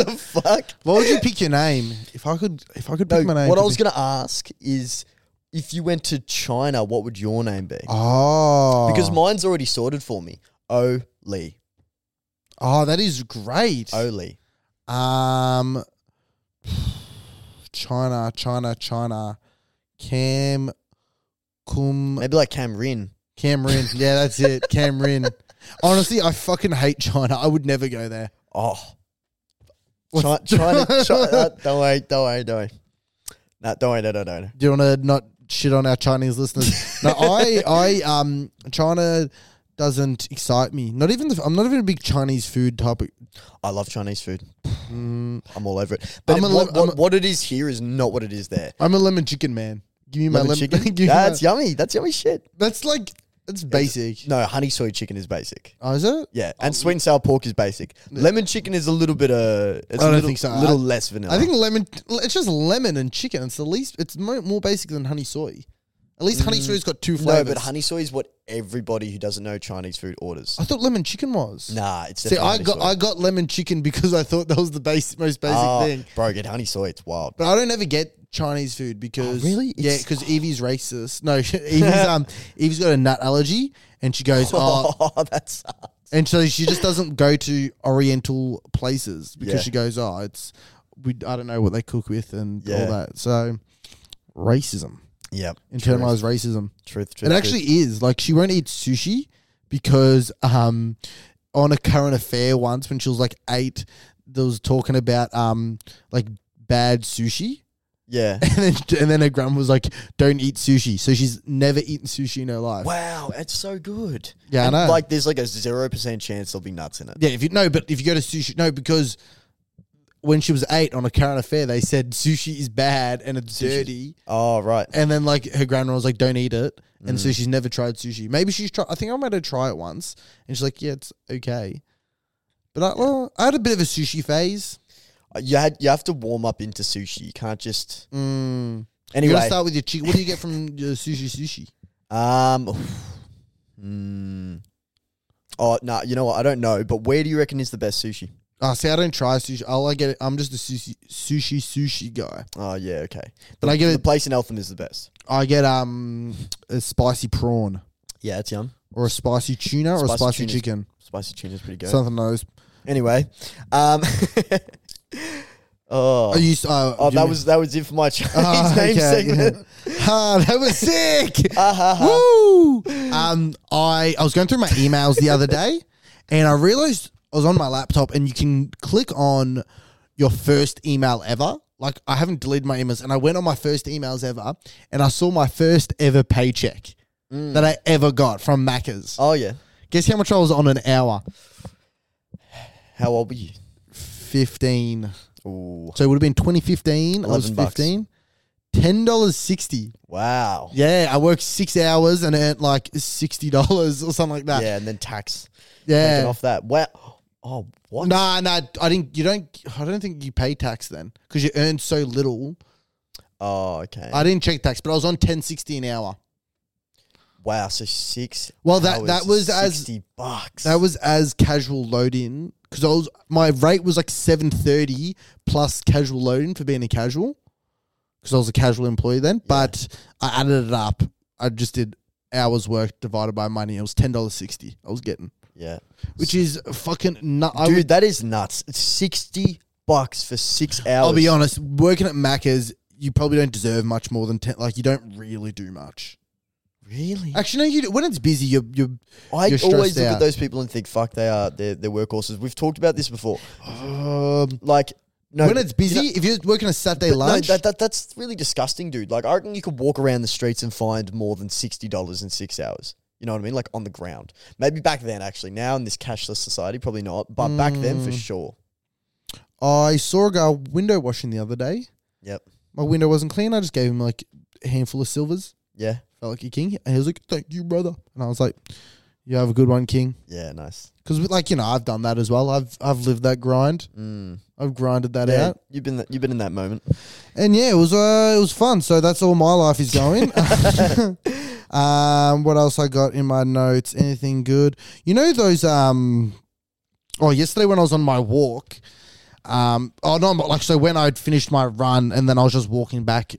Speaker 2: the fuck?
Speaker 1: What would you pick your name if I could? If I could
Speaker 2: No,
Speaker 1: pick my name,
Speaker 2: what I
Speaker 1: it'd
Speaker 2: was
Speaker 1: be-
Speaker 2: gonna ask is, if you went to China, what would your name be?
Speaker 1: Ah. Oh,
Speaker 2: Because mine's already sorted for me. O Lee,
Speaker 1: oh, that is great.
Speaker 2: O Lee. Oh.
Speaker 1: Um, China, China, China, Cam, Cum.
Speaker 2: Maybe like Camrin.
Speaker 1: Cameron. Yeah, that's it. Cameron. Honestly, I fucking hate China. I would never go there.
Speaker 2: Oh, China, China, China. Don't worry, don't worry, don't worry. No, don't worry, no, no, no. no.
Speaker 1: Do you want to not shit on our Chinese listeners? No, I, I, um, China doesn't excite me. Not even the. I'm not even a big Chinese food type. Of,
Speaker 2: I love Chinese food. I'm all over it.
Speaker 1: Mm.
Speaker 2: But
Speaker 1: I'm
Speaker 2: it-
Speaker 1: a
Speaker 2: what,
Speaker 1: lem- I'm
Speaker 2: what-
Speaker 1: a-
Speaker 2: what it is here is not what it is there.
Speaker 1: I'm a lemon chicken man. Give me my
Speaker 2: Lemon
Speaker 1: lemon.
Speaker 2: chicken.
Speaker 1: give me my-
Speaker 2: That's yummy. That's yummy shit.
Speaker 1: that's like it's basic.
Speaker 2: No, honey soy chicken is basic.
Speaker 1: Oh, is it?
Speaker 2: Yeah, and sweet and sour pork is basic. Lemon chicken is a little bit uh, it's
Speaker 1: I
Speaker 2: a
Speaker 1: don't
Speaker 2: little,
Speaker 1: think so.
Speaker 2: little
Speaker 1: I-
Speaker 2: less vanilla.
Speaker 1: I think lemon. It's just lemon and chicken. It's the least. It's mo- more basic than honey soy. At least honey soy's got two
Speaker 2: Mm. no,
Speaker 1: flavors.
Speaker 2: but honey soy is what everybody who doesn't know Chinese food orders.
Speaker 1: I thought lemon chicken was.
Speaker 2: Nah, it's
Speaker 1: Oh. See,
Speaker 2: definitely
Speaker 1: I
Speaker 2: honey
Speaker 1: got
Speaker 2: soy.
Speaker 1: I got lemon chicken because I thought that was the base, most basic
Speaker 2: Oh,
Speaker 1: thing.
Speaker 2: bro, get honey soy. It's wild.
Speaker 1: But I don't ever get Chinese food because
Speaker 2: Oh, really?
Speaker 1: yeah,
Speaker 2: It's-
Speaker 1: because Evie's racist. No, Evie's um Evie's got a nut allergy, and she goes oh,
Speaker 2: Oh, that's
Speaker 1: and so she just doesn't go to Oriental places because
Speaker 2: Yeah.
Speaker 1: she goes oh it's we I don't know what they cook with and
Speaker 2: Yeah.
Speaker 1: all that. So racism,
Speaker 2: yep.
Speaker 1: internalized racism.
Speaker 2: Truth,
Speaker 1: It
Speaker 2: truth. truth.
Speaker 1: actually is. Like she won't eat sushi because um on a current affair once when she was like eight, there was talking about um like bad sushi.
Speaker 2: yeah.
Speaker 1: And then and then her grandma was like, Don't eat sushi. So she's never eaten sushi in her life.
Speaker 2: Wow, it's so good.
Speaker 1: Yeah, I
Speaker 2: And,
Speaker 1: know.
Speaker 2: Like, there's like a zero percent chance there'll be nuts in it.
Speaker 1: Yeah, if you no, but if you go to sushi no, because when she was eight on a current affair, they said sushi is bad and it's dirty.
Speaker 2: Oh right.
Speaker 1: And then like her grandma was like, "Don't eat it," and so she's never tried sushi. Maybe she's tried. I think I made her try it once, and she's like, "Yeah, it's okay." But I, well, I had a bit of a sushi phase.
Speaker 2: You had you have to warm up into sushi. You can't just
Speaker 1: Mm. You gotta
Speaker 2: anyway.
Speaker 1: start with your chicken. What do you get from your sushi? Sushi.
Speaker 2: Um. mm. Oh no, you know what? I don't know. But where do you reckon is the best sushi?
Speaker 1: Oh, see, I don't try sushi. All I get, I'm just a sushi sushi sushi guy.
Speaker 2: Oh yeah, okay.
Speaker 1: But I
Speaker 2: The
Speaker 1: get
Speaker 2: place in Eltham is the best.
Speaker 1: I get um a spicy prawn
Speaker 2: Yeah, it's yum.
Speaker 1: or a spicy tuna or a
Speaker 2: Spicy
Speaker 1: spicy
Speaker 2: tuna's
Speaker 1: chicken.
Speaker 2: Spicy tuna's pretty good.
Speaker 1: Something like those.
Speaker 2: anyway, um. oh,
Speaker 1: Are you? Uh,
Speaker 2: oh,
Speaker 1: you
Speaker 2: that
Speaker 1: mean-
Speaker 2: was that was it for my Chinese
Speaker 1: Ah, okay,
Speaker 2: name
Speaker 1: yeah.
Speaker 2: segment.
Speaker 1: Ah, that was sick.
Speaker 2: Ah, ha, ha.
Speaker 1: Woo! Um, I I was going through my emails the other day, and I realized I was on my laptop, and you can click on your first email ever. Like I haven't deleted my emails, and I went on my first emails ever, and I saw my first ever paycheck that I ever got from Macca's.
Speaker 2: Mm. Oh yeah.
Speaker 1: Guess how much I was on an hour?
Speaker 2: How old were you?
Speaker 1: Fifteen.
Speaker 2: Ooh.
Speaker 1: So it would have been twenty fifteen. I was
Speaker 2: 11 bucks.
Speaker 1: fifteen. Ten dollars sixty.
Speaker 2: Wow.
Speaker 1: Yeah, I worked six hours and earned like sixty dollars or something like that.
Speaker 2: Yeah, and then tax
Speaker 1: Yeah.
Speaker 2: taken off that. Wow. Oh, what?
Speaker 1: Nah, nah. I didn't. You don't. I don't think you pay tax then because you earn so little.
Speaker 2: Oh, okay.
Speaker 1: I didn't check tax, but I was on ten sixty an hour.
Speaker 2: wow. So six.
Speaker 1: Well, that-
Speaker 2: hours,
Speaker 1: that was as-
Speaker 2: sixty bucks.
Speaker 1: That was as casual load in because I was my rate was like seven thirty plus casual load in for being a casual. because I was a casual employee then. But I added it up. I just did hours work divided by money. It was ten dollars sixty. I was getting,
Speaker 2: Yeah.
Speaker 1: which is fucking nut. I
Speaker 2: Dude,
Speaker 1: would,
Speaker 2: that is nuts. It's 60 bucks for six hours.
Speaker 1: I'll be honest. Working at Macca's, you probably don't deserve much more than ten. Like you don't really do much.
Speaker 2: Really?
Speaker 1: Actually, no. You do, when it's busy, you you
Speaker 2: I
Speaker 1: you're
Speaker 2: always
Speaker 1: stressed
Speaker 2: look at
Speaker 1: out.
Speaker 2: those people and think, fuck, they are, they're, they're workhorses. We've talked about this before.
Speaker 1: um,
Speaker 2: Like, no.
Speaker 1: when it's busy. if you're working a Saturday
Speaker 2: but no,
Speaker 1: lunch,
Speaker 2: that, that, that's really disgusting, dude. Like, I reckon you could walk around the streets and find more than $60 in six hours. You know what I mean? Like, on the ground. Maybe back then, actually. Now, in this cashless society, probably not. But back then,
Speaker 1: Mm.
Speaker 2: for sure.
Speaker 1: I saw a guy window washing the other day.
Speaker 2: Yep.
Speaker 1: My window wasn't clean. I just gave him like a handful of silvers.
Speaker 2: Yeah.
Speaker 1: Felt like a king. And he was like, "Thank you, brother." And I was like, "You have a good one, king."
Speaker 2: Yeah, nice.
Speaker 1: Because like you know, I've done that as well. I've I've lived that grind.
Speaker 2: Mm.
Speaker 1: I've grinded that
Speaker 2: Yeah,
Speaker 1: out.
Speaker 2: you've been you've been in that moment.
Speaker 1: And yeah, it was uh, it was fun. So that's all my life is going. um, what else I got in my notes? Anything good? You know those um, oh yesterday when I was on my walk, um, oh no, but like so when I'd finished my run and then I was just walking back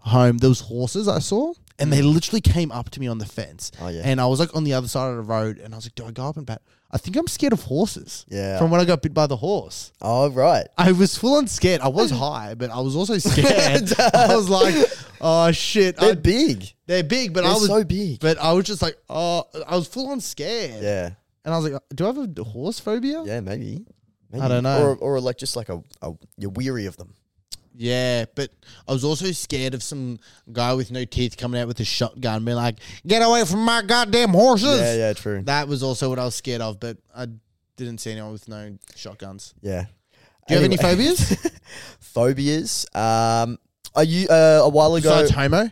Speaker 1: home, there was horses I saw. And they literally came up to me on the fence.
Speaker 2: Oh, yeah.
Speaker 1: And I was like on the other side of the road and I was like, Do I go up and back? I think I'm scared of horses.
Speaker 2: Yeah.
Speaker 1: From when I got bit by the horse.
Speaker 2: Oh right.
Speaker 1: I was full on scared. I was high, but I was also scared. I was like, oh shit.
Speaker 2: They're
Speaker 1: I-
Speaker 2: big.
Speaker 1: they're big, but
Speaker 2: They're
Speaker 1: I was
Speaker 2: so big.
Speaker 1: But I was just like, oh, I was full on scared.
Speaker 2: Yeah.
Speaker 1: And I was like, do I have a horse phobia?
Speaker 2: Yeah, maybe. maybe.
Speaker 1: don't know.
Speaker 2: Or, or like just like a, a you're weary of them.
Speaker 1: Yeah, but I was also scared of some guy with no teeth coming out with a shotgun, being like, get away from my goddamn horses.
Speaker 2: Yeah, yeah, true.
Speaker 1: That was also what I was scared of, but I didn't see anyone with no shotguns.
Speaker 2: Yeah.
Speaker 1: Do you have
Speaker 2: Anyway.
Speaker 1: any phobias?
Speaker 2: Phobias. Um are you uh, a while ago
Speaker 1: Besides homo?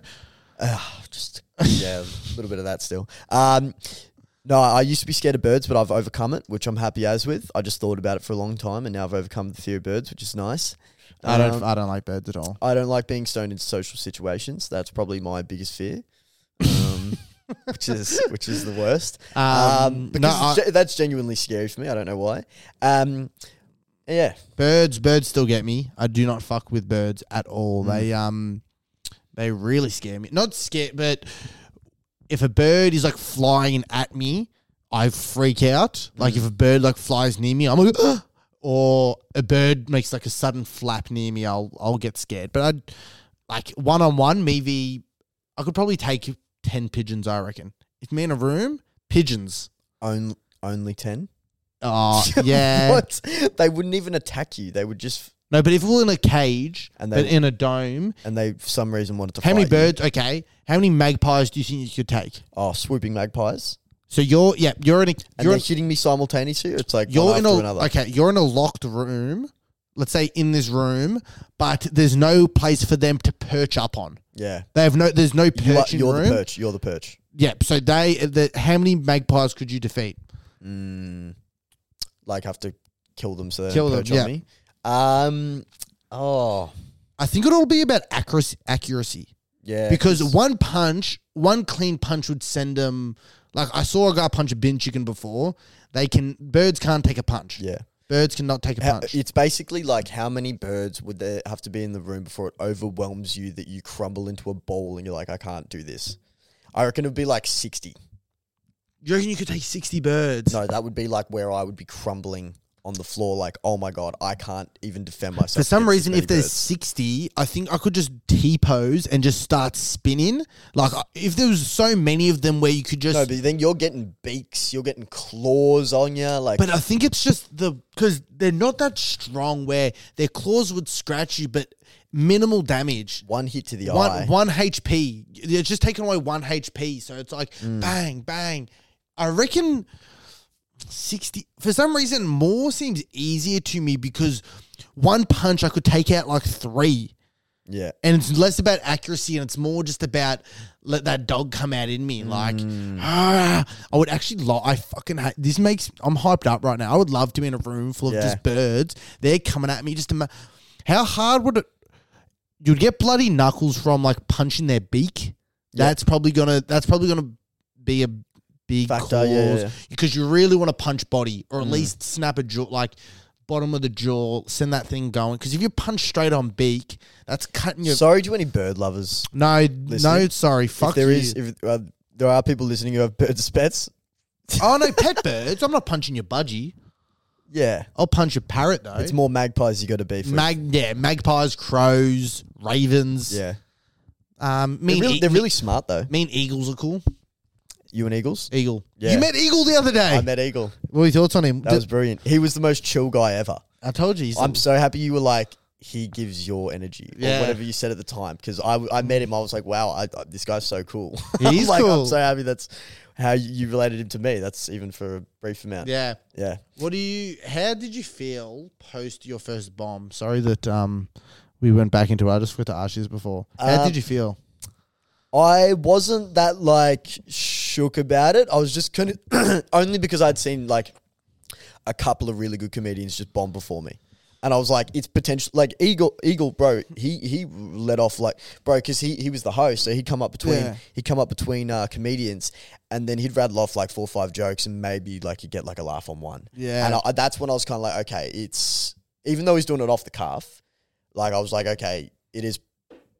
Speaker 2: Ah, just yeah, a little bit of that still. Um no, I used to be scared of birds, but I've overcome it, which I'm happy as with. I just thought about it for a long time, and now I've overcome the fear of birds, which is nice.
Speaker 1: I don't.
Speaker 2: Um,
Speaker 1: I don't like birds at all.
Speaker 2: I don't like being stoned in social situations. That's probably my biggest fear, um, which is which is the worst. Um,
Speaker 1: Um, no,
Speaker 2: because
Speaker 1: I-
Speaker 2: ge- that's genuinely scary for me. I don't know why. Um, yeah,
Speaker 1: Birds, birds still get me. I do not fuck with birds at all.
Speaker 2: Mm.
Speaker 1: They um, they really scare me. Not scare, but if a bird is like flying at me, I freak out. Like if
Speaker 2: Mm.
Speaker 1: a bird like flies near me, I'm like, "Ah!" or a bird makes like a sudden flap near me, I'll I'll get scared. But I'd like one on one, maybe I could probably take ten pigeons. I reckon if me in a room, pigeons.
Speaker 2: only only ten.
Speaker 1: Oh yeah,
Speaker 2: what? They wouldn't even attack you. They would just
Speaker 1: no. But if we we're in a cage
Speaker 2: And they-
Speaker 1: but in a dome.
Speaker 2: and they for some reason wanted to.
Speaker 1: How many
Speaker 2: fight you.
Speaker 1: birds? Okay. How many magpies do you think you could take?
Speaker 2: Oh, swooping magpies,
Speaker 1: So you're yeah you're in a
Speaker 2: and
Speaker 1: you're
Speaker 2: they're hitting me simultaneously. It's like you're
Speaker 1: you're
Speaker 2: one
Speaker 1: in
Speaker 2: after
Speaker 1: a
Speaker 2: another.
Speaker 1: okay you're in a locked room. Let's say in this room, but there's no place for them to perch up on.
Speaker 2: Yeah,
Speaker 1: They have no there's no
Speaker 2: you are,
Speaker 1: perching
Speaker 2: you're the
Speaker 1: room.
Speaker 2: perch. You're the perch.
Speaker 1: Yeah. So they the, how many magpies could you defeat?
Speaker 2: Like have to kill them so they
Speaker 1: Kill
Speaker 2: kill
Speaker 1: them,
Speaker 2: perch
Speaker 1: yeah.
Speaker 2: on me. Um. Oh.
Speaker 1: I think it'll be about accuracy accuracy.
Speaker 2: Yeah.
Speaker 1: because one punch, one clean punch would send them. Like I saw a guy punch a bin chicken before. They can birds can't take a punch.
Speaker 2: Yeah.
Speaker 1: Birds cannot take a
Speaker 2: How,
Speaker 1: punch.
Speaker 2: it's basically like how many birds would there have to be in the room before it overwhelms you that you crumble into a bowl and you're like, I can't do this. I reckon it would be like 60.
Speaker 1: You reckon you could take sixty birds?
Speaker 2: No, that would be like where I would be crumbling on the floor, like, oh my God, I can't even defend myself.
Speaker 1: For some
Speaker 2: against this
Speaker 1: reason,
Speaker 2: many
Speaker 1: if there's
Speaker 2: birds."
Speaker 1: 60, I think I could just T pose and just start spinning. Like, I- if there was so many of them where you could just.
Speaker 2: No, but then you're getting beaks, you're getting claws on you. Like,
Speaker 1: but uh, I think it's just the. Because they're not that strong where their claws would scratch you, but minimal damage.
Speaker 2: one hit to the eye.
Speaker 1: One, one HP. They're just taking away one HP. So it's like bang, bang. I reckon 60. For some reason, more seems easier to me because one punch I could take out like three.
Speaker 2: yeah.
Speaker 1: and it's less about accuracy and it's more just about let that dog come out in me like
Speaker 2: Mm.
Speaker 1: ah, i would actually lo- i fucking hate this makes i'm hyped up right now i would love to be in a room full of
Speaker 2: Yeah.
Speaker 1: just birds they're coming at me just ima- how hard would it you'd get bloody knuckles from like punching their beak that's probably gonna that's probably gonna be a big
Speaker 2: Factor,
Speaker 1: cause
Speaker 2: yeah, yeah. Mm.
Speaker 1: because you really want to punch body or at least snap a jaw like bottom of the jaw, send that thing going. Because if you punch straight on beak, that's cutting your.
Speaker 2: Sorry to any bird lovers.
Speaker 1: no, no,
Speaker 2: Listening.
Speaker 1: sorry,
Speaker 2: If
Speaker 1: fuck
Speaker 2: there
Speaker 1: you.
Speaker 2: is, if uh, there are people listening who have bird spets,
Speaker 1: oh no, pet birds. I'm not punching your budgie.
Speaker 2: yeah,
Speaker 1: I'll punch your parrot though.
Speaker 2: it's more magpies you got to beef with.
Speaker 1: Mag, yeah, magpies, crows, ravens.
Speaker 2: yeah,
Speaker 1: Um, me
Speaker 2: they're
Speaker 1: and
Speaker 2: really,
Speaker 1: e-
Speaker 2: they're really smart though.
Speaker 1: me and eagles are cool.
Speaker 2: You and Eagles.
Speaker 1: Eagle.
Speaker 2: Yeah.
Speaker 1: You met Eagle the other day.
Speaker 2: I met Eagle.
Speaker 1: what were your thoughts on him?
Speaker 2: That was brilliant. He was the most chill guy ever.
Speaker 1: I told you. He's
Speaker 2: I'm so happy you were like he gives your energy
Speaker 1: Yeah.
Speaker 2: or whatever you said at the time because I, I met him. I was like, wow, I, I- this guy's so cool.
Speaker 1: He
Speaker 2: I'm
Speaker 1: is
Speaker 2: like,
Speaker 1: cool.
Speaker 2: I'm so happy that's how you you related him to me. That's even for a brief amount.
Speaker 1: yeah.
Speaker 2: yeah.
Speaker 1: What do you? How did you feel post your first bomb? Sorry that um we went back into. it. I just forgot to ask you this before. How
Speaker 2: Um,
Speaker 1: did you feel?
Speaker 2: I wasn't that like shook about it. I was just kind of only because I'd seen like a couple of really good comedians just bomb before me. And I was like, it's potential. Like Eagle, Eagle, bro. He he let off like, bro, because he he was the host, so he'd come up between
Speaker 1: Yeah.
Speaker 2: he'd come up between uh, comedians, and then he'd rattle off like four or five jokes, and maybe like he'd get like a laugh on one.
Speaker 1: Yeah.
Speaker 2: and I, that's when I was kind of like, okay, it's even though he's doing it off the cuff, like I was like, okay, it is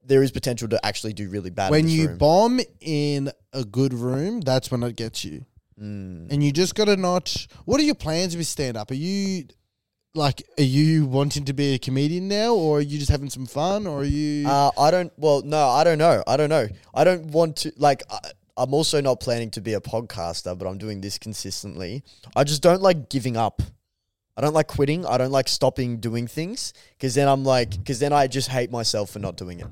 Speaker 2: there is potential to actually do really bad in
Speaker 1: When
Speaker 2: this
Speaker 1: you
Speaker 2: room.
Speaker 1: bomb in a good room, that's when it gets you.
Speaker 2: Mm.
Speaker 1: And you just got to notch. What are your plans with stand up? Are you like, are you wanting to be a comedian now, or are you just having some fun, or are you?
Speaker 2: Uh, I don't. Well, no, I don't know. I don't know. I don't want to. Like, I, I'm also not planning to be a podcaster, but I'm doing this consistently. I just don't like giving up. I don't like quitting. I don't like stopping doing things because then I'm like, because then I just hate myself for not doing it.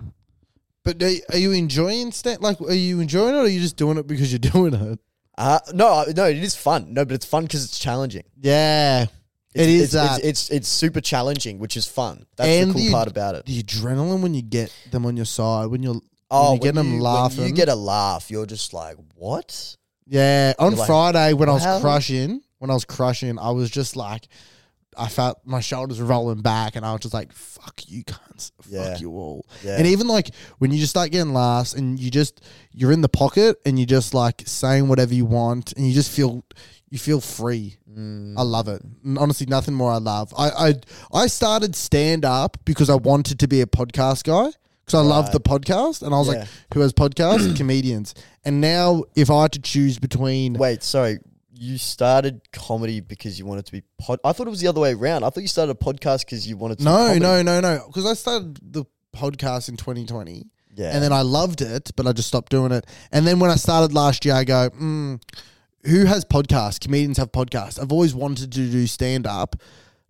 Speaker 1: but are, are you enjoying stand? Like, are you enjoying it, or are you just doing it because you're doing it?
Speaker 2: Uh, no, I- no, it is fun. No, but it's fun because it's challenging.
Speaker 1: Yeah,
Speaker 2: It's,
Speaker 1: it is uh,
Speaker 2: it's,
Speaker 1: that.
Speaker 2: It's, it's it's super challenging, which is fun. That's
Speaker 1: And
Speaker 2: the cool
Speaker 1: the-
Speaker 2: part about it.
Speaker 1: the adrenaline when you get them on your side, when you're when
Speaker 2: Oh,
Speaker 1: you get
Speaker 2: when
Speaker 1: them
Speaker 2: you-
Speaker 1: laughing.
Speaker 2: When you get a laugh, you're just like, what?
Speaker 1: yeah, on
Speaker 2: you're like,
Speaker 1: Friday when I
Speaker 2: "Wow."
Speaker 1: was crushing, when I was crushing, I was just like, I felt my shoulders rolling back, and I was just like, "Fuck you, cunts! Fuck
Speaker 2: Yeah.
Speaker 1: you all!"
Speaker 2: Yeah.
Speaker 1: And even like when you just start getting laughs, and you just you're in the pocket, and you're just like saying whatever you want, and you just feel you feel free.
Speaker 2: Mm.
Speaker 1: I love it. N- Honestly, nothing more I love. I I, I started stand up because I wanted to be a podcast guy because I loved the podcast, and I was
Speaker 2: Yeah.
Speaker 1: like, "Who has podcasts? Comedians." And now, if I had to choose between
Speaker 2: Wait, sorry. You started comedy because you wanted to be pod. I thought it was the other way around. I thought you started a podcast because you wanted to.
Speaker 1: No,
Speaker 2: do comedy.
Speaker 1: no, no, no. Because I started the podcast in 2020.
Speaker 2: Yeah.
Speaker 1: And then I loved it, but I just stopped doing it. And then when I started last year, I go, mm, who has podcasts? Comedians have podcasts. I've always wanted to do stand up,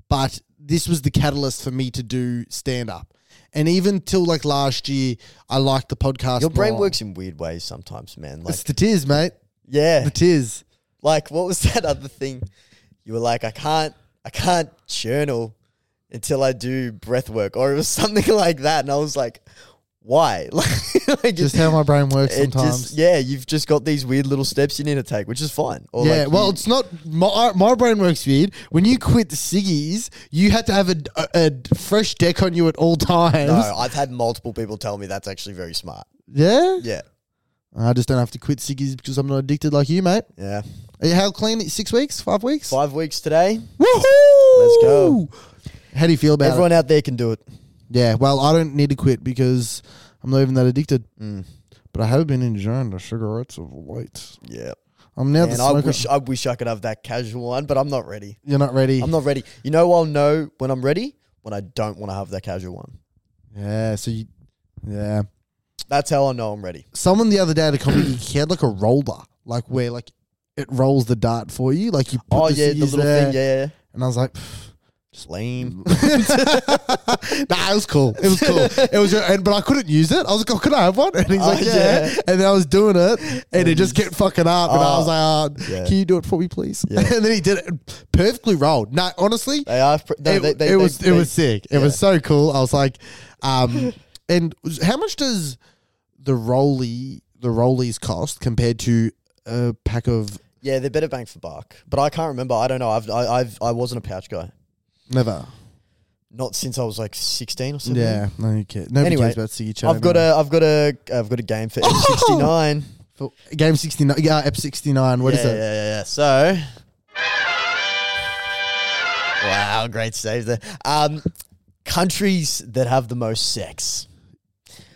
Speaker 1: but this was the catalyst for me to do stand up. And even till like last year, I liked the podcast.
Speaker 2: Your brain
Speaker 1: more.
Speaker 2: works in weird ways sometimes, man. Like,
Speaker 1: Oh. It's the tears, mate.
Speaker 2: yeah.
Speaker 1: The tears.
Speaker 2: Like, what was that other thing? You were like, I can't, I can't journal until I do breath work, or it was something like that. And I was like, why? Like, like
Speaker 1: Just how my brain works
Speaker 2: it
Speaker 1: sometimes.
Speaker 2: just, yeah, you've just got these weird little steps you need to take, which is fine. Or
Speaker 1: yeah,
Speaker 2: like
Speaker 1: well,
Speaker 2: you-
Speaker 1: it's not my uh, my brain works weird. When you quit the ciggies, you had to have a, a, a fresh deck on you at all times.
Speaker 2: no, I've had multiple people tell me that's actually very smart.
Speaker 1: Yeah,
Speaker 2: Yeah,
Speaker 1: I just don't have to quit ciggies because I'm not addicted like you, mate.
Speaker 2: yeah.
Speaker 1: Are you how clean? Six weeks, five weeks.
Speaker 2: Five weeks today.
Speaker 1: Woohoo!
Speaker 2: Let's go.
Speaker 1: How do you feel about
Speaker 2: Everyone out there can do it.
Speaker 1: it? Yeah, well, I don't need to quit because I'm not even that addicted.
Speaker 2: Mm.
Speaker 1: But I have been enjoying the cigarettes of late.
Speaker 2: Yeah.
Speaker 1: I'm now the
Speaker 2: and I
Speaker 1: smoker.
Speaker 2: wish I wish I could have that casual one, but I'm not ready.
Speaker 1: You're not ready.
Speaker 2: I'm not ready. You know, I'll know when I'm ready when I don't want to have that casual one.
Speaker 1: yeah, so you. Yeah.
Speaker 2: That's how I know I'm ready.
Speaker 1: someone the other day at a comedy gig, he had like a roller, like where like it rolls the dart for you, like you. Put
Speaker 2: oh yeah, the
Speaker 1: ciggies
Speaker 2: little
Speaker 1: there.
Speaker 2: thing. Yeah, yeah.
Speaker 1: And I was like,
Speaker 2: Just lame.
Speaker 1: Nah, it was cool. It was cool. it was, and, but I couldn't use it. I was like, oh, could I have one? And he's
Speaker 2: Oh,
Speaker 1: like, yeah.
Speaker 2: yeah. Mm.
Speaker 1: And then I was doing it, and it just kept fucking up. And I
Speaker 2: Oh,
Speaker 1: was like, oh,
Speaker 2: yeah.
Speaker 1: can you do it for me, please?
Speaker 2: Yeah.
Speaker 1: And then he did it perfectly rolled. No, honestly,
Speaker 2: They are. Pr- no,
Speaker 1: it,
Speaker 2: they, they,
Speaker 1: it
Speaker 2: they-
Speaker 1: was
Speaker 2: they-
Speaker 1: it was sick. It was
Speaker 2: yeah.
Speaker 1: so cool. I was like, um, and was- how much does the rolly the rollies cost compared to a pack of
Speaker 2: Yeah, they're better bang for buck. But I can't remember. I don't know. I've I, I've I wasn't a pouch guy.
Speaker 1: never?
Speaker 2: Not since I was like 16 or something.
Speaker 1: Yeah, no you care. Nobody
Speaker 2: Anyway,
Speaker 1: cares about Siggy Chat.
Speaker 2: I've got a I've got a I've got a game
Speaker 1: Oh!
Speaker 2: for M69.
Speaker 1: a game sixty nine. Yeah, F sixty nine. What
Speaker 2: yeah,
Speaker 1: is
Speaker 2: yeah,
Speaker 1: it?
Speaker 2: yeah, yeah. So Wow, great save there. Um, countries that have the most sex.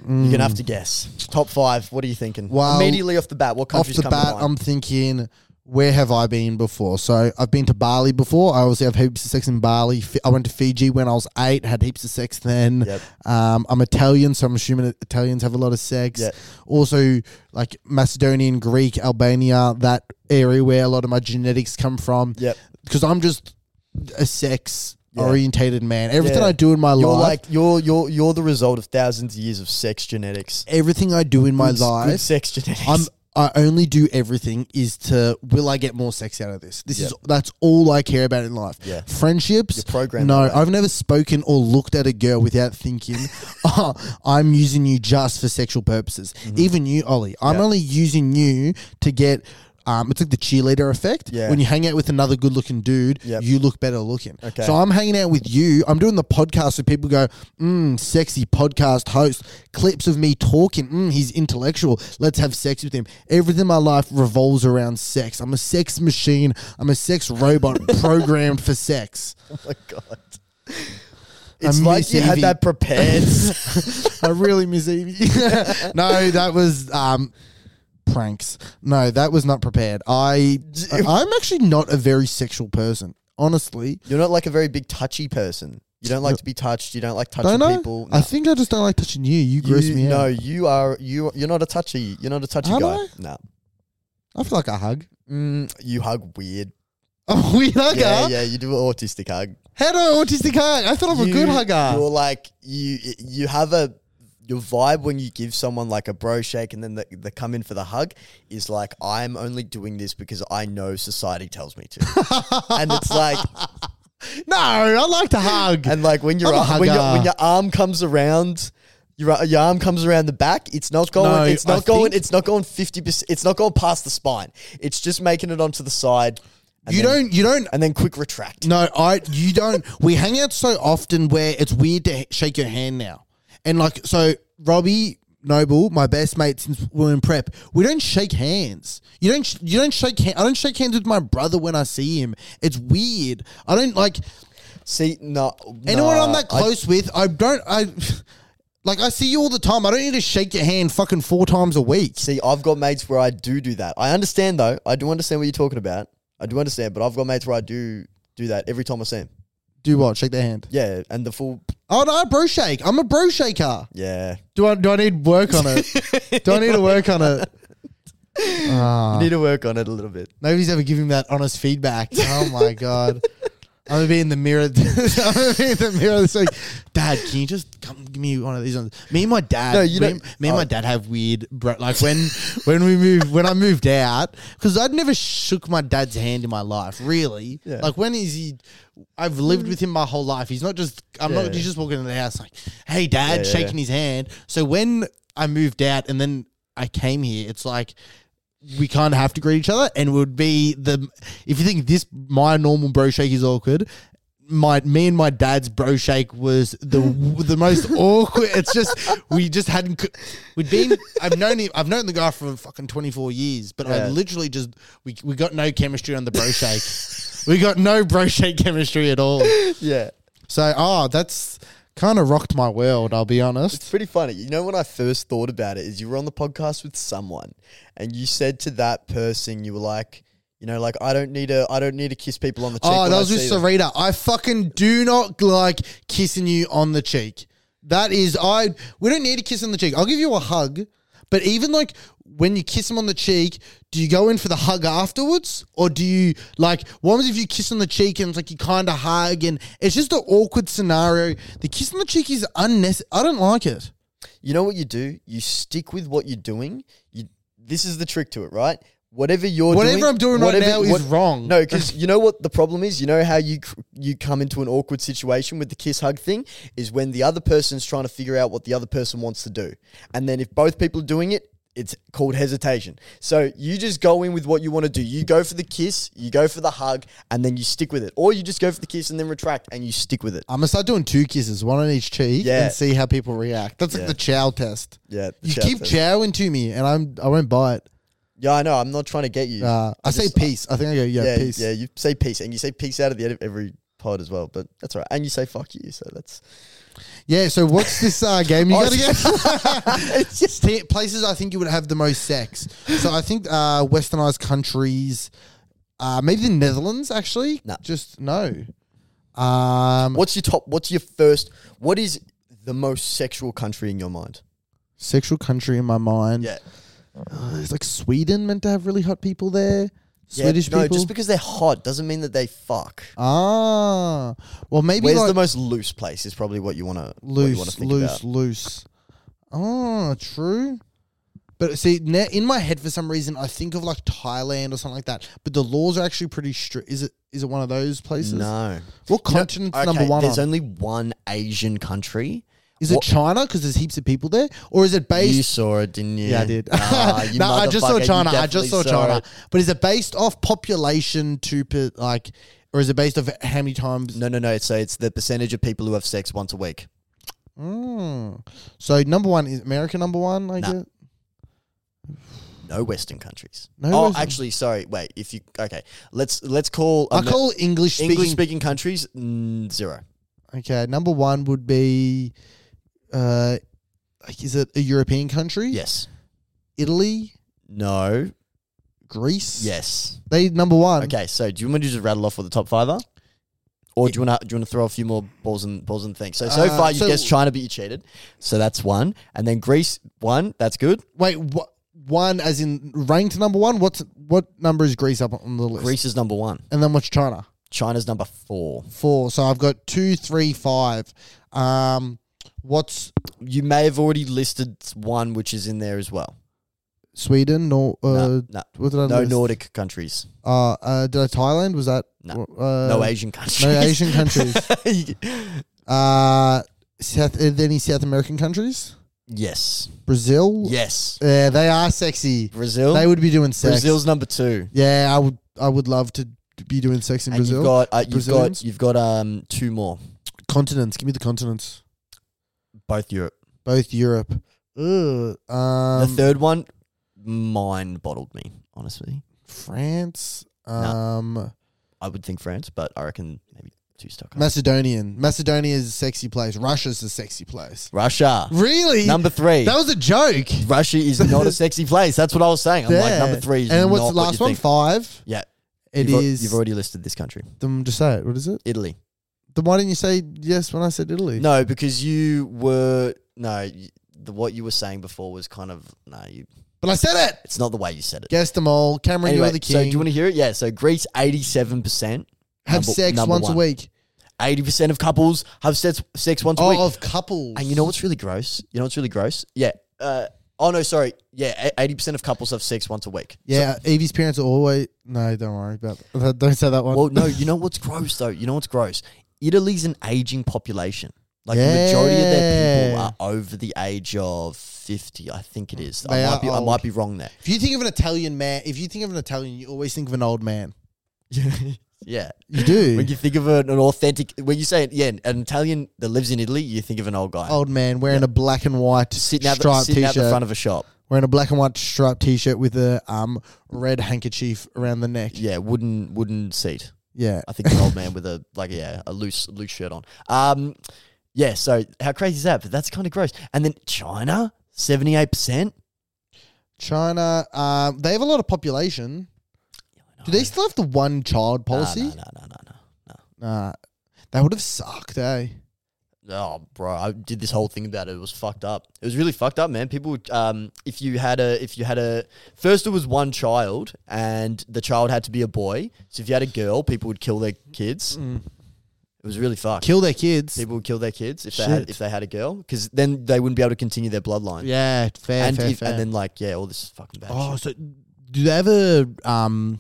Speaker 2: You're gonna have to guess. Top five. What are you thinking?
Speaker 1: Well,
Speaker 2: Immediately off the bat, what
Speaker 1: Off
Speaker 2: countries
Speaker 1: the
Speaker 2: come to
Speaker 1: bat,
Speaker 2: mind?
Speaker 1: I'm thinking, where have I been before? So I've been to Bali before. I obviously have heaps of sex in Bali. Fi- I went to Fiji when I was eight, had heaps of sex then.
Speaker 2: Yep.
Speaker 1: Um, I'm Italian, so I'm assuming that Italians have a lot of sex.
Speaker 2: Yep.
Speaker 1: Also, like Macedonian, Greek, Albania, that area where a lot of my genetics come from.
Speaker 2: Yep.
Speaker 1: Because I'm just a sex
Speaker 2: Yeah.
Speaker 1: orientated man. Everything
Speaker 2: Yeah.
Speaker 1: I do in my
Speaker 2: You're
Speaker 1: life.
Speaker 2: like you're you're you're the result of thousands of years of sex genetics.
Speaker 1: Everything I do in my
Speaker 2: Good s- good
Speaker 1: life
Speaker 2: sex genetics.
Speaker 1: I'm I only do everything is to will I get more sex out of this? This is
Speaker 2: Yeah.
Speaker 1: that's all I care about in life.
Speaker 2: Yeah.
Speaker 1: Friendships.
Speaker 2: You're programmed
Speaker 1: No,
Speaker 2: that way.
Speaker 1: I've never spoken or looked at a girl without thinking, oh, I'm using you just for sexual purposes. Even you, Ollie, I'm
Speaker 2: Mm-hmm. Yeah.
Speaker 1: only using you to get um, it's like the cheerleader effect.
Speaker 2: Yeah.
Speaker 1: When you hang out with another good looking dude,
Speaker 2: Yep.
Speaker 1: you look better looking.
Speaker 2: Okay.
Speaker 1: So I'm hanging out with you. I'm doing the podcast so people go, mm, sexy podcast host. Clips of me talking. Mm, he's intellectual. Let's have sex with him. Everything in my life revolves around sex. I'm a sex machine. I'm a sex robot programmed for sex.
Speaker 2: oh my god. It's
Speaker 1: I
Speaker 2: like
Speaker 1: miss
Speaker 2: you had
Speaker 1: Evie.
Speaker 2: that prepared.
Speaker 1: I really miss Evie. no, that was um, pranks. No, that was not prepared. I I'm actually not a very sexual person, honestly.
Speaker 2: You're not like a very big touchy person. You don't like to be touched. You don't like touching
Speaker 1: Don't I?
Speaker 2: people.
Speaker 1: I think I just don't like touching you. You gross
Speaker 2: You-
Speaker 1: me out.
Speaker 2: No, you are you. You're not a touchy. You're not a touchy
Speaker 1: Am
Speaker 2: guy.
Speaker 1: I?
Speaker 2: No,
Speaker 1: I feel like I hug.
Speaker 2: mm, you hug weird.
Speaker 1: I'm a weird hugger.
Speaker 2: Yeah, yeah. You do an autistic hug.
Speaker 1: How do I autistic hug? I thought I'm a
Speaker 2: You-
Speaker 1: good hugger.
Speaker 2: You're like you. You have a your vibe when you give someone like a bro shake and then the, the come in for the hug is like I'm only doing this because I know society tells me to, and it's like
Speaker 1: No, I like to hug.
Speaker 2: and like when
Speaker 1: I'm
Speaker 2: your
Speaker 1: a
Speaker 2: ar- when your
Speaker 1: hugger.
Speaker 2: when your arm comes around. Your, ar- your arm comes around the back. It's not going.
Speaker 1: No,
Speaker 2: it's
Speaker 1: I
Speaker 2: not going.
Speaker 1: think-
Speaker 2: It's not going fifty percent. It's not going past the spine. It's just making it onto the side. and
Speaker 1: you
Speaker 2: then-
Speaker 1: don't. You don't.
Speaker 2: and then quick retract.
Speaker 1: No, I. You don't. we hang out so often where it's weird to h- shake your hand now, and like so, Robbie Noble, my best mate since we were in prep, we don't shake hands. You don't. sh- You don't shake. hand I don't shake hands with my brother when I see him. It's weird. I don't like.
Speaker 2: See, no,
Speaker 1: Anyone
Speaker 2: no,
Speaker 1: I'm that
Speaker 2: I-
Speaker 1: close with, I don't. I like. I see you all the time. I don't need to shake your hand fucking four times a week.
Speaker 2: see, I've got mates where I do do that. I understand though. I do understand what you're talking about. I do understand, but I've got mates where I do do that every time I see them.
Speaker 1: Do what? Shake their hand.
Speaker 2: Yeah, and the full
Speaker 1: Oh no, bro shake. I'm a bro shaker.
Speaker 2: yeah.
Speaker 1: Do I do I need work on it? do I need to work on it? Ah.
Speaker 2: You need to work on it a little bit.
Speaker 1: Nobody's ever giving that honest feedback. Oh my god. I'm gonna be in the mirror. I'm gonna be in the mirror this week. Dad, can you just come give me one of these ones? Me and my dad.
Speaker 2: No, you
Speaker 1: me,
Speaker 2: don't-
Speaker 1: me and
Speaker 2: oh.
Speaker 1: my dad have weird, bro, like when when we moved when I moved out because I'd never shook my dad's hand in my life. Really,
Speaker 2: Yeah.
Speaker 1: like when is he? I've lived with him my whole life. He's not just. I'm
Speaker 2: Yeah.
Speaker 1: not. He's just walking in the house like, "Hey, dad,"
Speaker 2: Yeah, yeah,
Speaker 1: shaking his hand. So when I moved out and then I came here, it's like we kind of have to greet each other and would be the if you think this my normal bro shake is awkward my me and my dad's bro shake was the the most awkward it's just we just hadn't c- we'd been I've known him I've known the guy for fucking 24 years but
Speaker 2: Yeah.
Speaker 1: I literally just we, we got no chemistry on the bro shake we got no bro shake chemistry at all
Speaker 2: Yeah.
Speaker 1: so oh that's kind of rocked my world I'll be honest
Speaker 2: It's pretty funny. You know, when I first thought about it, is you were on the podcast with someone, and you said to that person, you were like, you know, like I don't need to, I don't need to kiss people on the cheek.
Speaker 1: Oh,
Speaker 2: when
Speaker 1: that
Speaker 2: I
Speaker 1: was with
Speaker 2: see them."
Speaker 1: Sarita. I fucking do not like kissing you on the cheek. That is, I we don't need to kiss on the cheek. I'll give you a hug, but even like when you kiss them on the cheek, do you go in for the hug afterwards, or do you like what happens if you kiss on the cheek and it's like you kind of hug and it's just an awkward scenario? The kiss on the cheek is unnecessary. I don't like it.
Speaker 2: You know what you do? You stick with what you're doing. You, this is the trick to it, right? Whatever you're
Speaker 1: Whatever
Speaker 2: doing,
Speaker 1: I'm doing right now is wrong.
Speaker 2: No, because you know what the problem is. You know how you cr- you come into an awkward situation with the kiss hug thing is when the other person's trying to figure out what the other person wants to do, and then if both people are doing it. It's called hesitation. So you just go in with what you want to do. You go for the kiss, you go for the hug, and then you stick with it. Or you just go for the kiss and then retract and you stick with it.
Speaker 1: I'm gonna start doing two kisses, one on each cheek,
Speaker 2: Yeah.
Speaker 1: and see how people react. That's like
Speaker 2: Yeah.
Speaker 1: the chow test.
Speaker 2: Yeah, the
Speaker 1: you
Speaker 2: chow
Speaker 1: keep
Speaker 2: test.
Speaker 1: chowing to me, and I'm I won't buy it.
Speaker 2: Yeah, I know. I'm not trying to get you.
Speaker 1: Uh, I, say
Speaker 2: just-
Speaker 1: peace. I think I go yeah,
Speaker 2: yeah,
Speaker 1: peace.
Speaker 2: yeah. You say peace, and you say peace out at the end of every pod as well, but that's all right. And you say fuck you, so that's
Speaker 1: Yeah, so what's this uh, game you
Speaker 2: Oh,
Speaker 1: got again? it's just places I think you would have the most sex. So I think uh, westernized countries, uh, maybe the Netherlands actually.
Speaker 2: No.
Speaker 1: Just no. Um,
Speaker 2: what's your top what's your first what is the most sexual country in your mind?
Speaker 1: sexual country in my mind?
Speaker 2: Yeah.
Speaker 1: Uh, it's like Sweden meant to have really hot people there. Swedish
Speaker 2: yeah, no,
Speaker 1: people.
Speaker 2: just because they're hot doesn't mean that they fuck.
Speaker 1: ah, well maybe
Speaker 2: Where's
Speaker 1: like
Speaker 2: the most loose place is probably what you want to
Speaker 1: loose,
Speaker 2: think
Speaker 1: loose,
Speaker 2: about.
Speaker 1: loose. Oh, true. But see, now in my head for some reason, I think of like Thailand or something like that. But the laws are actually pretty strict. Is it? Is it one of those places?
Speaker 2: No.
Speaker 1: What continent's
Speaker 2: Okay,
Speaker 1: number one?
Speaker 2: There's
Speaker 1: on?
Speaker 2: only one Asian country.
Speaker 1: is it
Speaker 2: what-
Speaker 1: China? Because there's heaps of people there, or is it
Speaker 2: You
Speaker 1: based?
Speaker 2: saw it, didn't you?
Speaker 1: yeah, I did.
Speaker 2: Ah, you
Speaker 1: no, I just
Speaker 2: motherfucker,
Speaker 1: saw
Speaker 2: you
Speaker 1: China. I
Speaker 2: definitely
Speaker 1: just saw
Speaker 2: saw
Speaker 1: China.
Speaker 2: it.
Speaker 1: But is it based off population to per, like, or is it based off how many times?
Speaker 2: No, no, no. So it's the percentage of people who have sex once a week.
Speaker 1: Mm. So number one is America. Number one, I
Speaker 2: No.
Speaker 1: get.
Speaker 2: No Western countries.
Speaker 1: No
Speaker 2: oh,
Speaker 1: Western-
Speaker 2: actually, sorry. Wait, if you okay, let's let's call
Speaker 1: I call English
Speaker 2: English
Speaker 1: speaking
Speaker 2: speaking countries mm, zero.
Speaker 1: Okay, number one would be, uh, like, is it a European country?
Speaker 2: Yes.
Speaker 1: Italy,
Speaker 2: No.
Speaker 1: Greece.
Speaker 2: Yes.
Speaker 1: they number one.
Speaker 2: Okay. So do you want me to just rattle off what the top five are? Or do you want to do you want to throw a few more balls and balls and things? So so
Speaker 1: Uh,
Speaker 2: far you
Speaker 1: so-
Speaker 2: guessed China, but you cheated. So that's one, and then Greece one. That's good.
Speaker 1: Wait, what? One as in ranked number one. What's what number is Greece up on the list?
Speaker 2: Greece is number one.
Speaker 1: and then what's China?
Speaker 2: China's number four.
Speaker 1: Four. So I've got two, three, five. Um, what's
Speaker 2: You may have already listed one, which is in there as well.
Speaker 1: Sweden? Nor uh,
Speaker 2: No, no.
Speaker 1: what did I
Speaker 2: No
Speaker 1: list?
Speaker 2: Nordic countries.
Speaker 1: Uh, uh, did I Thailand? Was that
Speaker 2: No.
Speaker 1: Uh,
Speaker 2: no Asian countries.
Speaker 1: No Asian countries. uh, South. Are there any South American countries?
Speaker 2: yes.
Speaker 1: Brazil.
Speaker 2: Yes.
Speaker 1: Yeah, they are sexy.
Speaker 2: Brazil.
Speaker 1: They would be doing sex.
Speaker 2: Brazil's number two.
Speaker 1: Yeah, I would. I would love to be doing sex in
Speaker 2: and
Speaker 1: Brazil.
Speaker 2: you've got uh, you've
Speaker 1: Brazilians?
Speaker 2: got you've got um two more.
Speaker 1: continents. Give me the continents.
Speaker 2: Both Europe.
Speaker 1: Both Europe. Ugh. Um,
Speaker 2: the third one mind bottled me, honestly.
Speaker 1: France.
Speaker 2: No.
Speaker 1: Um,
Speaker 2: I would think France, but I reckon maybe two stuck. up.
Speaker 1: Macedonian. Macedonia is a sexy place. Russia's a sexy place.
Speaker 2: Russia.
Speaker 1: Really?
Speaker 2: Number three.
Speaker 1: that was a joke.
Speaker 2: Russia is not a sexy place. That's what I was saying. I'm like
Speaker 1: Yeah.
Speaker 2: number three is
Speaker 1: And then what's
Speaker 2: not
Speaker 1: the
Speaker 2: what
Speaker 1: last
Speaker 2: you
Speaker 1: one?
Speaker 2: think.
Speaker 1: Five.
Speaker 2: Yeah.
Speaker 1: It
Speaker 2: you've, al-
Speaker 1: is.
Speaker 2: you've already listed this country.
Speaker 1: um, just say it. What is it?
Speaker 2: Italy.
Speaker 1: Then why didn't you say yes when I said Italy?
Speaker 2: No, because you were no. y- The, what you were saying before was kind of no. You,
Speaker 1: But I said it.
Speaker 2: it's not the way you said it.
Speaker 1: Guess them all. Cameron,
Speaker 2: Anyway,
Speaker 1: you're the king.
Speaker 2: so do you want to hear it? Yeah. So Greece, eighty-seven percent
Speaker 1: Have
Speaker 2: number-
Speaker 1: sex
Speaker 2: number
Speaker 1: once
Speaker 2: one.
Speaker 1: a week.
Speaker 2: Eighty percent of couples have sex sex once a
Speaker 1: Oh,
Speaker 2: week.
Speaker 1: of couples.
Speaker 2: And you know what's really gross? You know what's really gross? Yeah. Uh, oh no, sorry. Yeah, eighty percent of couples have sex once a week.
Speaker 1: Yeah, Evie's parents are always. No, don't worry about that. Don't say that one.
Speaker 2: Well, no, you know what's gross though? You know what's gross? Italy's an aging population. Like the
Speaker 1: Yeah.
Speaker 2: majority of their people are over the age of fifty. I think it is.
Speaker 1: They
Speaker 2: I
Speaker 1: are
Speaker 2: might be. I
Speaker 1: old.
Speaker 2: might be wrong there.
Speaker 1: if you think of an Italian man, if you think of an Italian, you always think of an old man.
Speaker 2: yeah.
Speaker 1: You do.
Speaker 2: When you think of an, an authentic, when you say yeah, an Italian that lives in Italy, you think of an old guy
Speaker 1: old man wearing a black and white
Speaker 2: sitting out, the,
Speaker 1: striped
Speaker 2: sitting out
Speaker 1: t-shirt.
Speaker 2: the front of a shop.
Speaker 1: wearing a black and white striped t-shirt with a um red handkerchief around the neck.
Speaker 2: Yeah, wooden wooden seat.
Speaker 1: Yeah.
Speaker 2: I think an old man with a like yeah a loose loose shirt on. Um, yeah. So how crazy is that? But that's kind of gross. And then China, seventy eight percent.
Speaker 1: China, um, they have a lot of population. Do they still have the one child policy?
Speaker 2: No, no, no, no, no.
Speaker 1: Nah. That would have sucked, eh?
Speaker 2: Oh, bro! I did this whole thing about it. It was fucked up. It was really fucked up, man. People, would, um, if you had a, if you had a, first it was one child, and the child had to be a boy. So if you had a girl, people would kill their kids. It was really fucked.
Speaker 1: Mm. Kill their kids.
Speaker 2: people would kill their kids if they had,
Speaker 1: Shit.
Speaker 2: if they had a girl, because then they wouldn't be able to continue their bloodline.
Speaker 1: Yeah, fair,
Speaker 2: and
Speaker 1: fair,
Speaker 2: if,
Speaker 1: fair.
Speaker 2: and then like yeah, all this fucking bad.
Speaker 1: Oh,
Speaker 2: shit.
Speaker 1: so do they ever? Um,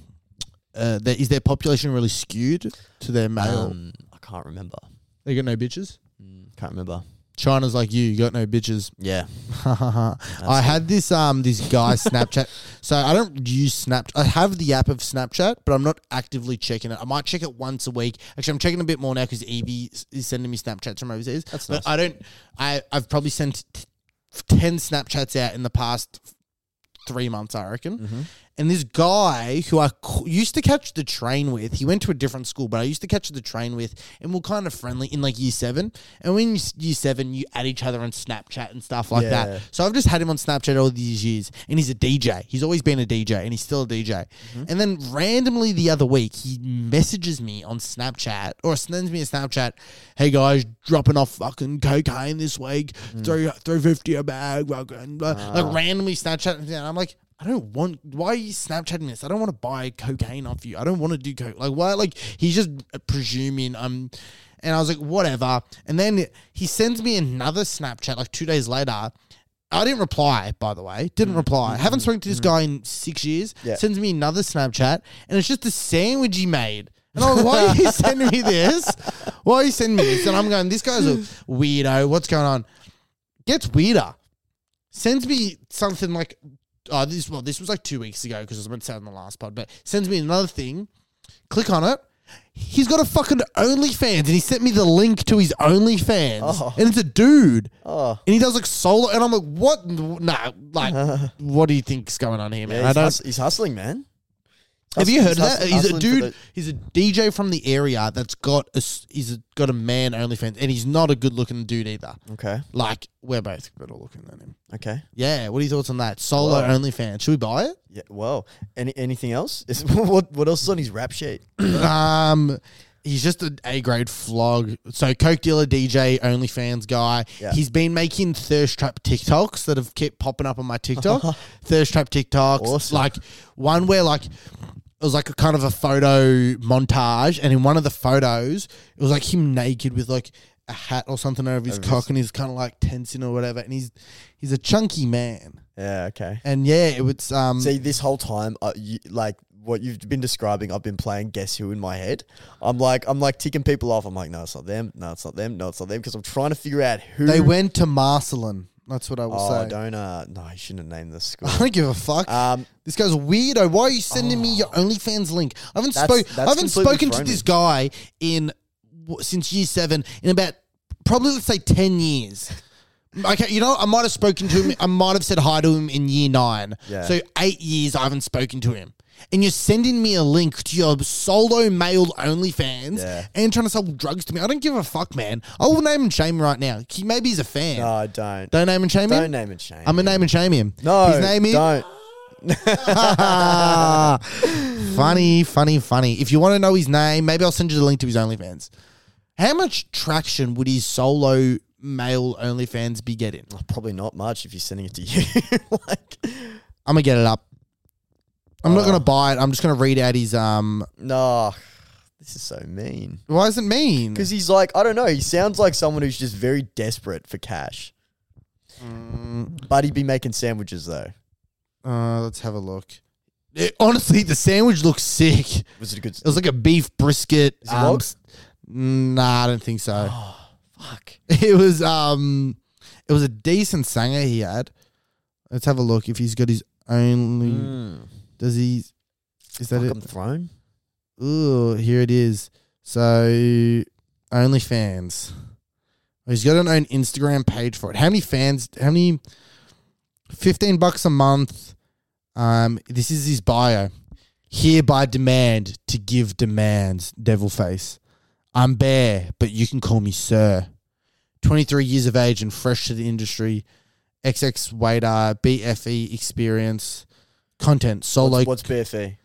Speaker 1: uh, that is their population really skewed to their male?
Speaker 2: Um, I can't remember.
Speaker 1: they got no bitches.
Speaker 2: Mm, Can't remember.
Speaker 1: China's like you, you got no bitches.
Speaker 2: Yeah.
Speaker 1: I had this um this guy Snapchat. So I don't use Snapchat. I have the app of Snapchat, but I'm not actively checking it. I might check it once a week. Actually, I'm checking a bit more now because Evie s- is sending me Snapchats from overseas.
Speaker 2: That's
Speaker 1: but
Speaker 2: nice.
Speaker 1: I don't. I I've probably sent t- ten Snapchats out in the past three months, I reckon. And this guy who I c- used to catch the train with, he went to a different school, but I used to catch the train with, and we're kind of friendly in like year seven. And when you year seven, you add each other on Snapchat and stuff like
Speaker 2: Yeah.
Speaker 1: that. So I've just had him on Snapchat all these years, and he's a DJ. He's always been a DJ, and he's still a DJ. And then randomly the other week, he messages me on Snapchat or sends me a Snapchat, "Hey guys, dropping off fucking cocaine this week, three three fifty a bag." Fucking. blah." Like randomly Snapchat, and I'm like. I don't want. Why are you Snapchatting this? I don't want to buy cocaine off you. I don't want to do coke. Like why? Like he's just presuming I'm. And I was like, whatever. And then he sends me another Snapchat like two days later, I didn't reply, by the way. Didn't
Speaker 2: Mm.
Speaker 1: reply. Haven't spoken to this guy in six years.
Speaker 2: Yeah.
Speaker 1: Sends me another Snapchat, and it's just a sandwich he made. And I'm like, why are you sending me this? Why are you sending me this? And I'm going, this guy's a weirdo. What's going on? Gets weirder. Sends me something like, oh, this, well, this was like two weeks ago because I was meant to say it on the last pod, but sends me another thing. Click on it. He's got a fucking OnlyFans, and he sent me the link to his OnlyFans.
Speaker 2: Oh.
Speaker 1: And it's a dude.
Speaker 2: Oh,
Speaker 1: And he does like solo, and I'm like, what? Nah, like, what do you think's going on here, man?
Speaker 2: yeah,
Speaker 1: I
Speaker 2: he's,
Speaker 1: don't.
Speaker 2: hus- he's hustling, man.
Speaker 1: have you heard of that?
Speaker 2: hustling-
Speaker 1: He's a
Speaker 2: hustling for
Speaker 1: dude.
Speaker 2: the-
Speaker 1: He's a DJ from the area that's got a. s- He's a, got a man OnlyFans, and he's not a good looking dude either.
Speaker 2: Okay,
Speaker 1: Like we're both better looking than him.
Speaker 2: okay.
Speaker 1: Yeah. What are your thoughts on that? Solo
Speaker 2: Whoa.
Speaker 1: OnlyFans. Should we buy it?
Speaker 2: Yeah. Well, any anything else? Is, what what else is on his rap sheet?
Speaker 1: Um, he's just an A grade flog. So coke dealer, DJ, OnlyFans guy.
Speaker 2: Yeah.
Speaker 1: He's been making thirst trap TikToks that have kept popping up on my TikTok. thirst trap TikToks,
Speaker 2: Uh-huh. Awesome.
Speaker 1: like one where like. It was like a kind of a photo montage, and in one of the photos, it was like him naked with like a hat or something over his cock, and he's kind of like tensing or whatever. And he's he's a chunky man,
Speaker 2: Yeah. Okay.
Speaker 1: and yeah, it was um.
Speaker 2: See, this whole time, uh, you, like what you've been describing, I've been playing Guess Who in my head. I'm like, I'm like ticking people off. I'm like, no, it's not them. No, it's not them. No, it's not them. Because I'm trying to figure out who.
Speaker 1: they went to Marcelin. That's what I will
Speaker 2: Oh,
Speaker 1: say.
Speaker 2: don't. Uh, no, you shouldn't have named the school.
Speaker 1: I don't give a fuck.
Speaker 2: Um,
Speaker 1: this guy's a weirdo. Why are you sending me your OnlyFans link? I haven't
Speaker 2: Oh. That's-
Speaker 1: spoke.
Speaker 2: that's
Speaker 1: I haven't
Speaker 2: completely
Speaker 1: spoken to
Speaker 2: thrown
Speaker 1: this
Speaker 2: me.
Speaker 1: guy in w- since year seven in about probably let's say ten years. Okay, you know what? I might have spoken to him. I might have said hi to him in year nine.
Speaker 2: Yeah.
Speaker 1: So eight years I haven't spoken to him. And you're sending me a link to your solo male OnlyFans
Speaker 2: Yeah.
Speaker 1: and trying to sell drugs to me. I don't give a fuck, man. I will name and shame him right now. He, maybe he's a fan.
Speaker 2: no, don't.
Speaker 1: Don't name and shame him.
Speaker 2: Don't name and shame.
Speaker 1: I'm
Speaker 2: him.
Speaker 1: gonna name and shame him.
Speaker 2: No,
Speaker 1: Um, his name is
Speaker 2: Don't.
Speaker 1: funny, funny, funny. If you want to know his name, maybe I'll send you the link to his OnlyFans. How much traction would his solo male OnlyFans be getting?
Speaker 2: Oh, probably not much if you're sending it to you. like,
Speaker 1: I'm gonna get it up. I'm not
Speaker 2: Oh.
Speaker 1: gonna buy it. I'm just gonna read out his um.
Speaker 2: no, this is so mean.
Speaker 1: Why is it mean?
Speaker 2: Because he's like, I don't know. He sounds like someone who's just very desperate for cash.
Speaker 1: Mm.
Speaker 2: But he'd be making sandwiches though.
Speaker 1: Uh, let's have a look. It- honestly, the sandwich looks sick. It
Speaker 2: Was it a good?
Speaker 1: was like a beef brisket.
Speaker 2: Is it
Speaker 1: um,
Speaker 2: logs?
Speaker 1: Nah, I don't think so.
Speaker 2: Fuck.
Speaker 1: It was um, it was a decent singer he had. Let's have a look if he's got his only.
Speaker 2: Mm.
Speaker 1: Does he? Is that
Speaker 2: Fucking
Speaker 1: it?
Speaker 2: throne.
Speaker 1: Ooh, here it is. So OnlyFans. He's got an own Instagram page for it. How many fans? How many? Fifteen bucks a month. Um, this is his bio. Here by demand to give demands. Devil face. I'm Bear, but you can call me Sir. 23 years of age and fresh to the industry. XX waiter, BFE E, experience, content, solo.
Speaker 2: What's, E? what's BFE?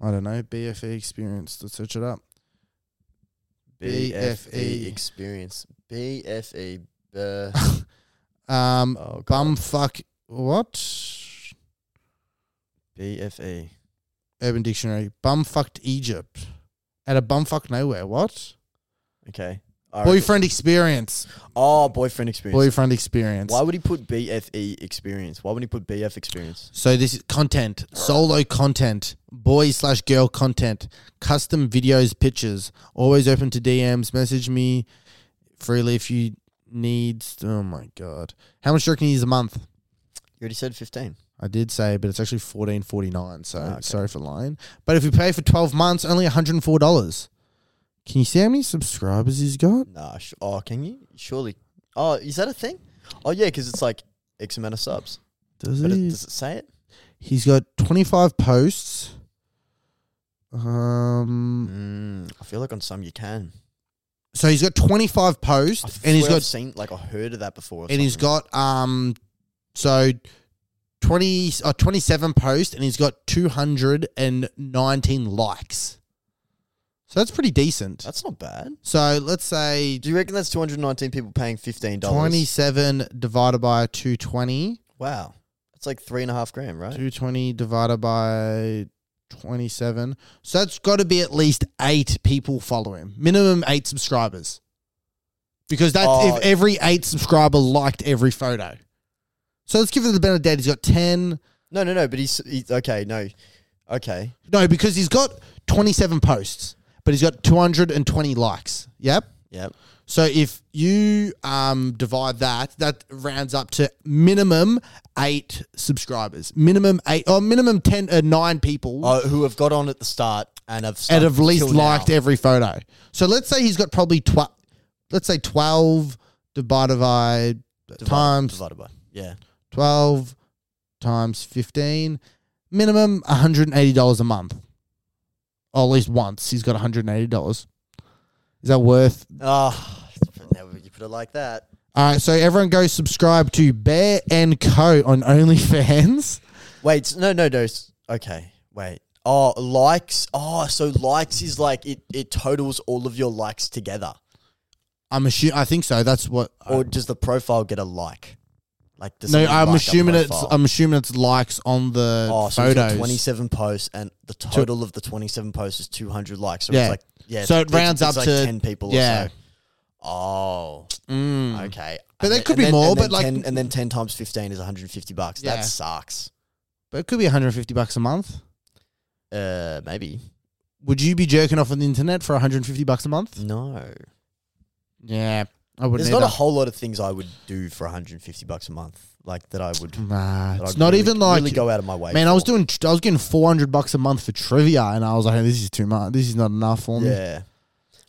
Speaker 1: I don't know, BFE experience. Let's search it up. BFE.
Speaker 2: E experience. BFE. Uh,
Speaker 1: Um,
Speaker 2: oh, God.
Speaker 1: bum fuck what?
Speaker 2: BFE.
Speaker 1: Urban Dictionary. Bum fucked Egypt. At a bum fuck nowhere. What?
Speaker 2: Okay. All right.
Speaker 1: Boyfriend experience.
Speaker 2: Oh, boyfriend experience.
Speaker 1: Boyfriend experience.
Speaker 2: Why would he put BFE experience? Why would he put BF experience?
Speaker 1: So this is content, solo content, boy slash girl content, custom videos, pictures. Always open to DMs. Message me freely if you need. Oh my god, how much do you reckon he is a month?
Speaker 2: You already said fifteen.
Speaker 1: I did say, but it's actually fourteen forty nine. So
Speaker 2: Ah, okay.
Speaker 1: sorry for lying. But if we pay for twelve months, only one hundred and four dollars. Can you see how many subscribers he's got?
Speaker 2: Nah. Sh- oh, can you? Surely. Oh, is that a thing? Oh yeah, because it's like X amount of subs.
Speaker 1: Does
Speaker 2: But it,
Speaker 1: he?
Speaker 2: does it say it?
Speaker 1: He's got 25 posts. Um,
Speaker 2: Mm, I feel like on some you can.
Speaker 1: so he's got 25
Speaker 2: I
Speaker 1: posts, and he's
Speaker 2: swear I've
Speaker 1: got
Speaker 2: seen like I heard of that before. or
Speaker 1: and he's
Speaker 2: something.
Speaker 1: got um, so 20 uh, 27 posts, and he's got 219 likes. So that's pretty decent.
Speaker 2: That's not bad.
Speaker 1: So let's say
Speaker 2: Do you reckon that's 219 people paying fifteen dollars?
Speaker 1: 27 divided by 220.
Speaker 2: Wow, that's like three and a half grand, right?
Speaker 1: 220 divided by 27. So it's got to be at least eight people follow him. Minimum eight subscribers. Because that's
Speaker 2: Oh.
Speaker 1: if every eight subscriber liked every photo. So let's give it the benefit of the doubt. He's got 10.
Speaker 2: No, no, no. But he's, he's okay. No, okay.
Speaker 1: No, because he's got 27 posts, but he's got 220 likes. Yep.
Speaker 2: Yep.
Speaker 1: So if you um, divide that, that rounds up to minimum eight subscribers, minimum eight or minimum ten uh, nine people,
Speaker 2: Oh, who have got on at the start and have
Speaker 1: and have at least
Speaker 2: till now.
Speaker 1: liked every photo. So let's say he's got probably twelve. Let's say twelve divided by
Speaker 2: Divided-
Speaker 1: times
Speaker 2: divided by yeah.
Speaker 1: twelve times fifteen, minimum one hundred and eighty dollars a month, or at least once he's got one hundred and eighty dollars. Is that worth
Speaker 2: Ah, now you put it like that.
Speaker 1: All right, so everyone go subscribe to Bear and Co on OnlyFans.
Speaker 2: Wait, s- no, no, no. s- Okay, wait. Oh, likes. Oh, so likes is like it. It totals all of your likes together,
Speaker 1: I'm assu- I think so. That's what.
Speaker 2: or does the profile get a like? Like does
Speaker 1: Oh. no,
Speaker 2: someone
Speaker 1: I'm
Speaker 2: like a
Speaker 1: assuming it's.
Speaker 2: profile?
Speaker 1: I'm assuming it's likes on the
Speaker 2: oh, so
Speaker 1: photos.
Speaker 2: twenty seven posts, and the total of the twenty seven posts is two hundred likes. So
Speaker 1: Yeah.
Speaker 2: it's like yeah.
Speaker 1: So it
Speaker 2: it's-
Speaker 1: rounds
Speaker 2: it's
Speaker 1: up
Speaker 2: like
Speaker 1: to-
Speaker 2: ten people.
Speaker 1: yeah.
Speaker 2: Or so. Oh,
Speaker 1: Mm.
Speaker 2: okay.
Speaker 1: But
Speaker 2: And
Speaker 1: there
Speaker 2: then-
Speaker 1: could
Speaker 2: and
Speaker 1: be
Speaker 2: then-
Speaker 1: more,
Speaker 2: and then
Speaker 1: but, like-
Speaker 2: 10 and then ten times fifteen is one hundred and fifty bucks.
Speaker 1: Yeah.
Speaker 2: That sucks.
Speaker 1: But it could be 150 bucks a month.
Speaker 2: Uh, maybe
Speaker 1: Would you be jerking off on the internet for 150 bucks a month?
Speaker 2: no.
Speaker 1: Yeah, I wouldn't.
Speaker 2: There's not
Speaker 1: either.
Speaker 2: a whole lot of things I would do for 150 bucks a month, like that I would.
Speaker 1: Nah,
Speaker 2: that
Speaker 1: it's
Speaker 2: I'd
Speaker 1: not
Speaker 2: really-
Speaker 1: even like.
Speaker 2: really go out of my way.
Speaker 1: man, I was
Speaker 2: for.
Speaker 1: doing. I was getting 400 bucks a month for trivia, and I was like, hey, "This is too much. This is not enough for me."
Speaker 2: yeah,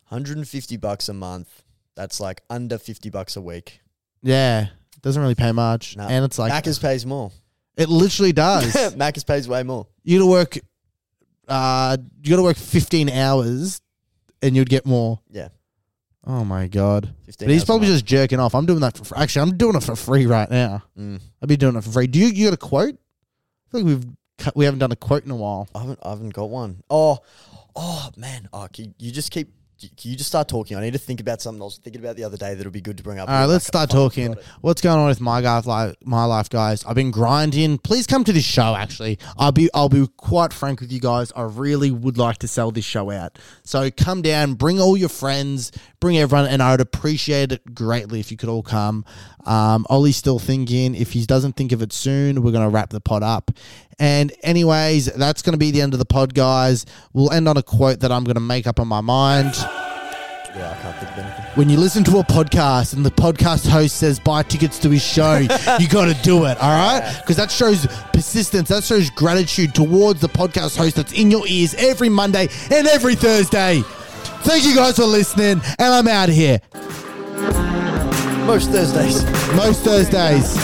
Speaker 2: 150 bucks a month. That's like under 50 bucks a week.
Speaker 1: Yeah, doesn't really pay much,
Speaker 2: Nah.
Speaker 1: and it's like
Speaker 2: Macca's pays more.
Speaker 1: it literally does.
Speaker 2: Macca's pays way more.
Speaker 1: you gotta work uh you gotta work 15 hours and you'd get more
Speaker 2: Yeah,
Speaker 1: oh my god
Speaker 2: 15
Speaker 1: but he's
Speaker 2: hours a
Speaker 1: probably
Speaker 2: month.
Speaker 1: just jerking off i'm doing that for free. actually i'm doing it for free right now
Speaker 2: Mm.
Speaker 1: i'd be doing it for free do you you got a quote i think we've cut, we haven't done a quote in a while
Speaker 2: I haven't. I haven't got one. Oh, oh man. Oh, can you just keep. Can you just start talking? I need to think about something I was thinking about the other day that'll be good to bring up.
Speaker 1: all right let's start talking
Speaker 2: forgot
Speaker 1: what's going on with my guys life my life guys i've been grinding please come to this show actually i'll be i'll be quite frank with you guys i really would like to sell this show out so come down bring all your friends bring everyone and i would appreciate it greatly if you could all come um, ollie's still thinking if he doesn't think of it soon we're going to wrap the pod up and anyways that's going to be the end of the pod guys we'll end on a quote that i'm going to make up in my mind
Speaker 2: Yeah, I can't think of anything.
Speaker 1: when you listen to a podcast and the podcast host says buy tickets to his show, you got to do it, all right? Because that shows persistence. That shows gratitude towards the podcast host that's in your ears every Monday and every Thursday. Thank you guys for listening, and I'm out of here.
Speaker 2: Most Thursdays.
Speaker 1: Most Thursdays.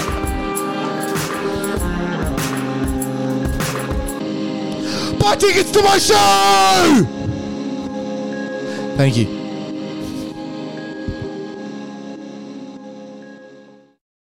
Speaker 1: Buy tickets to my show! Thank you.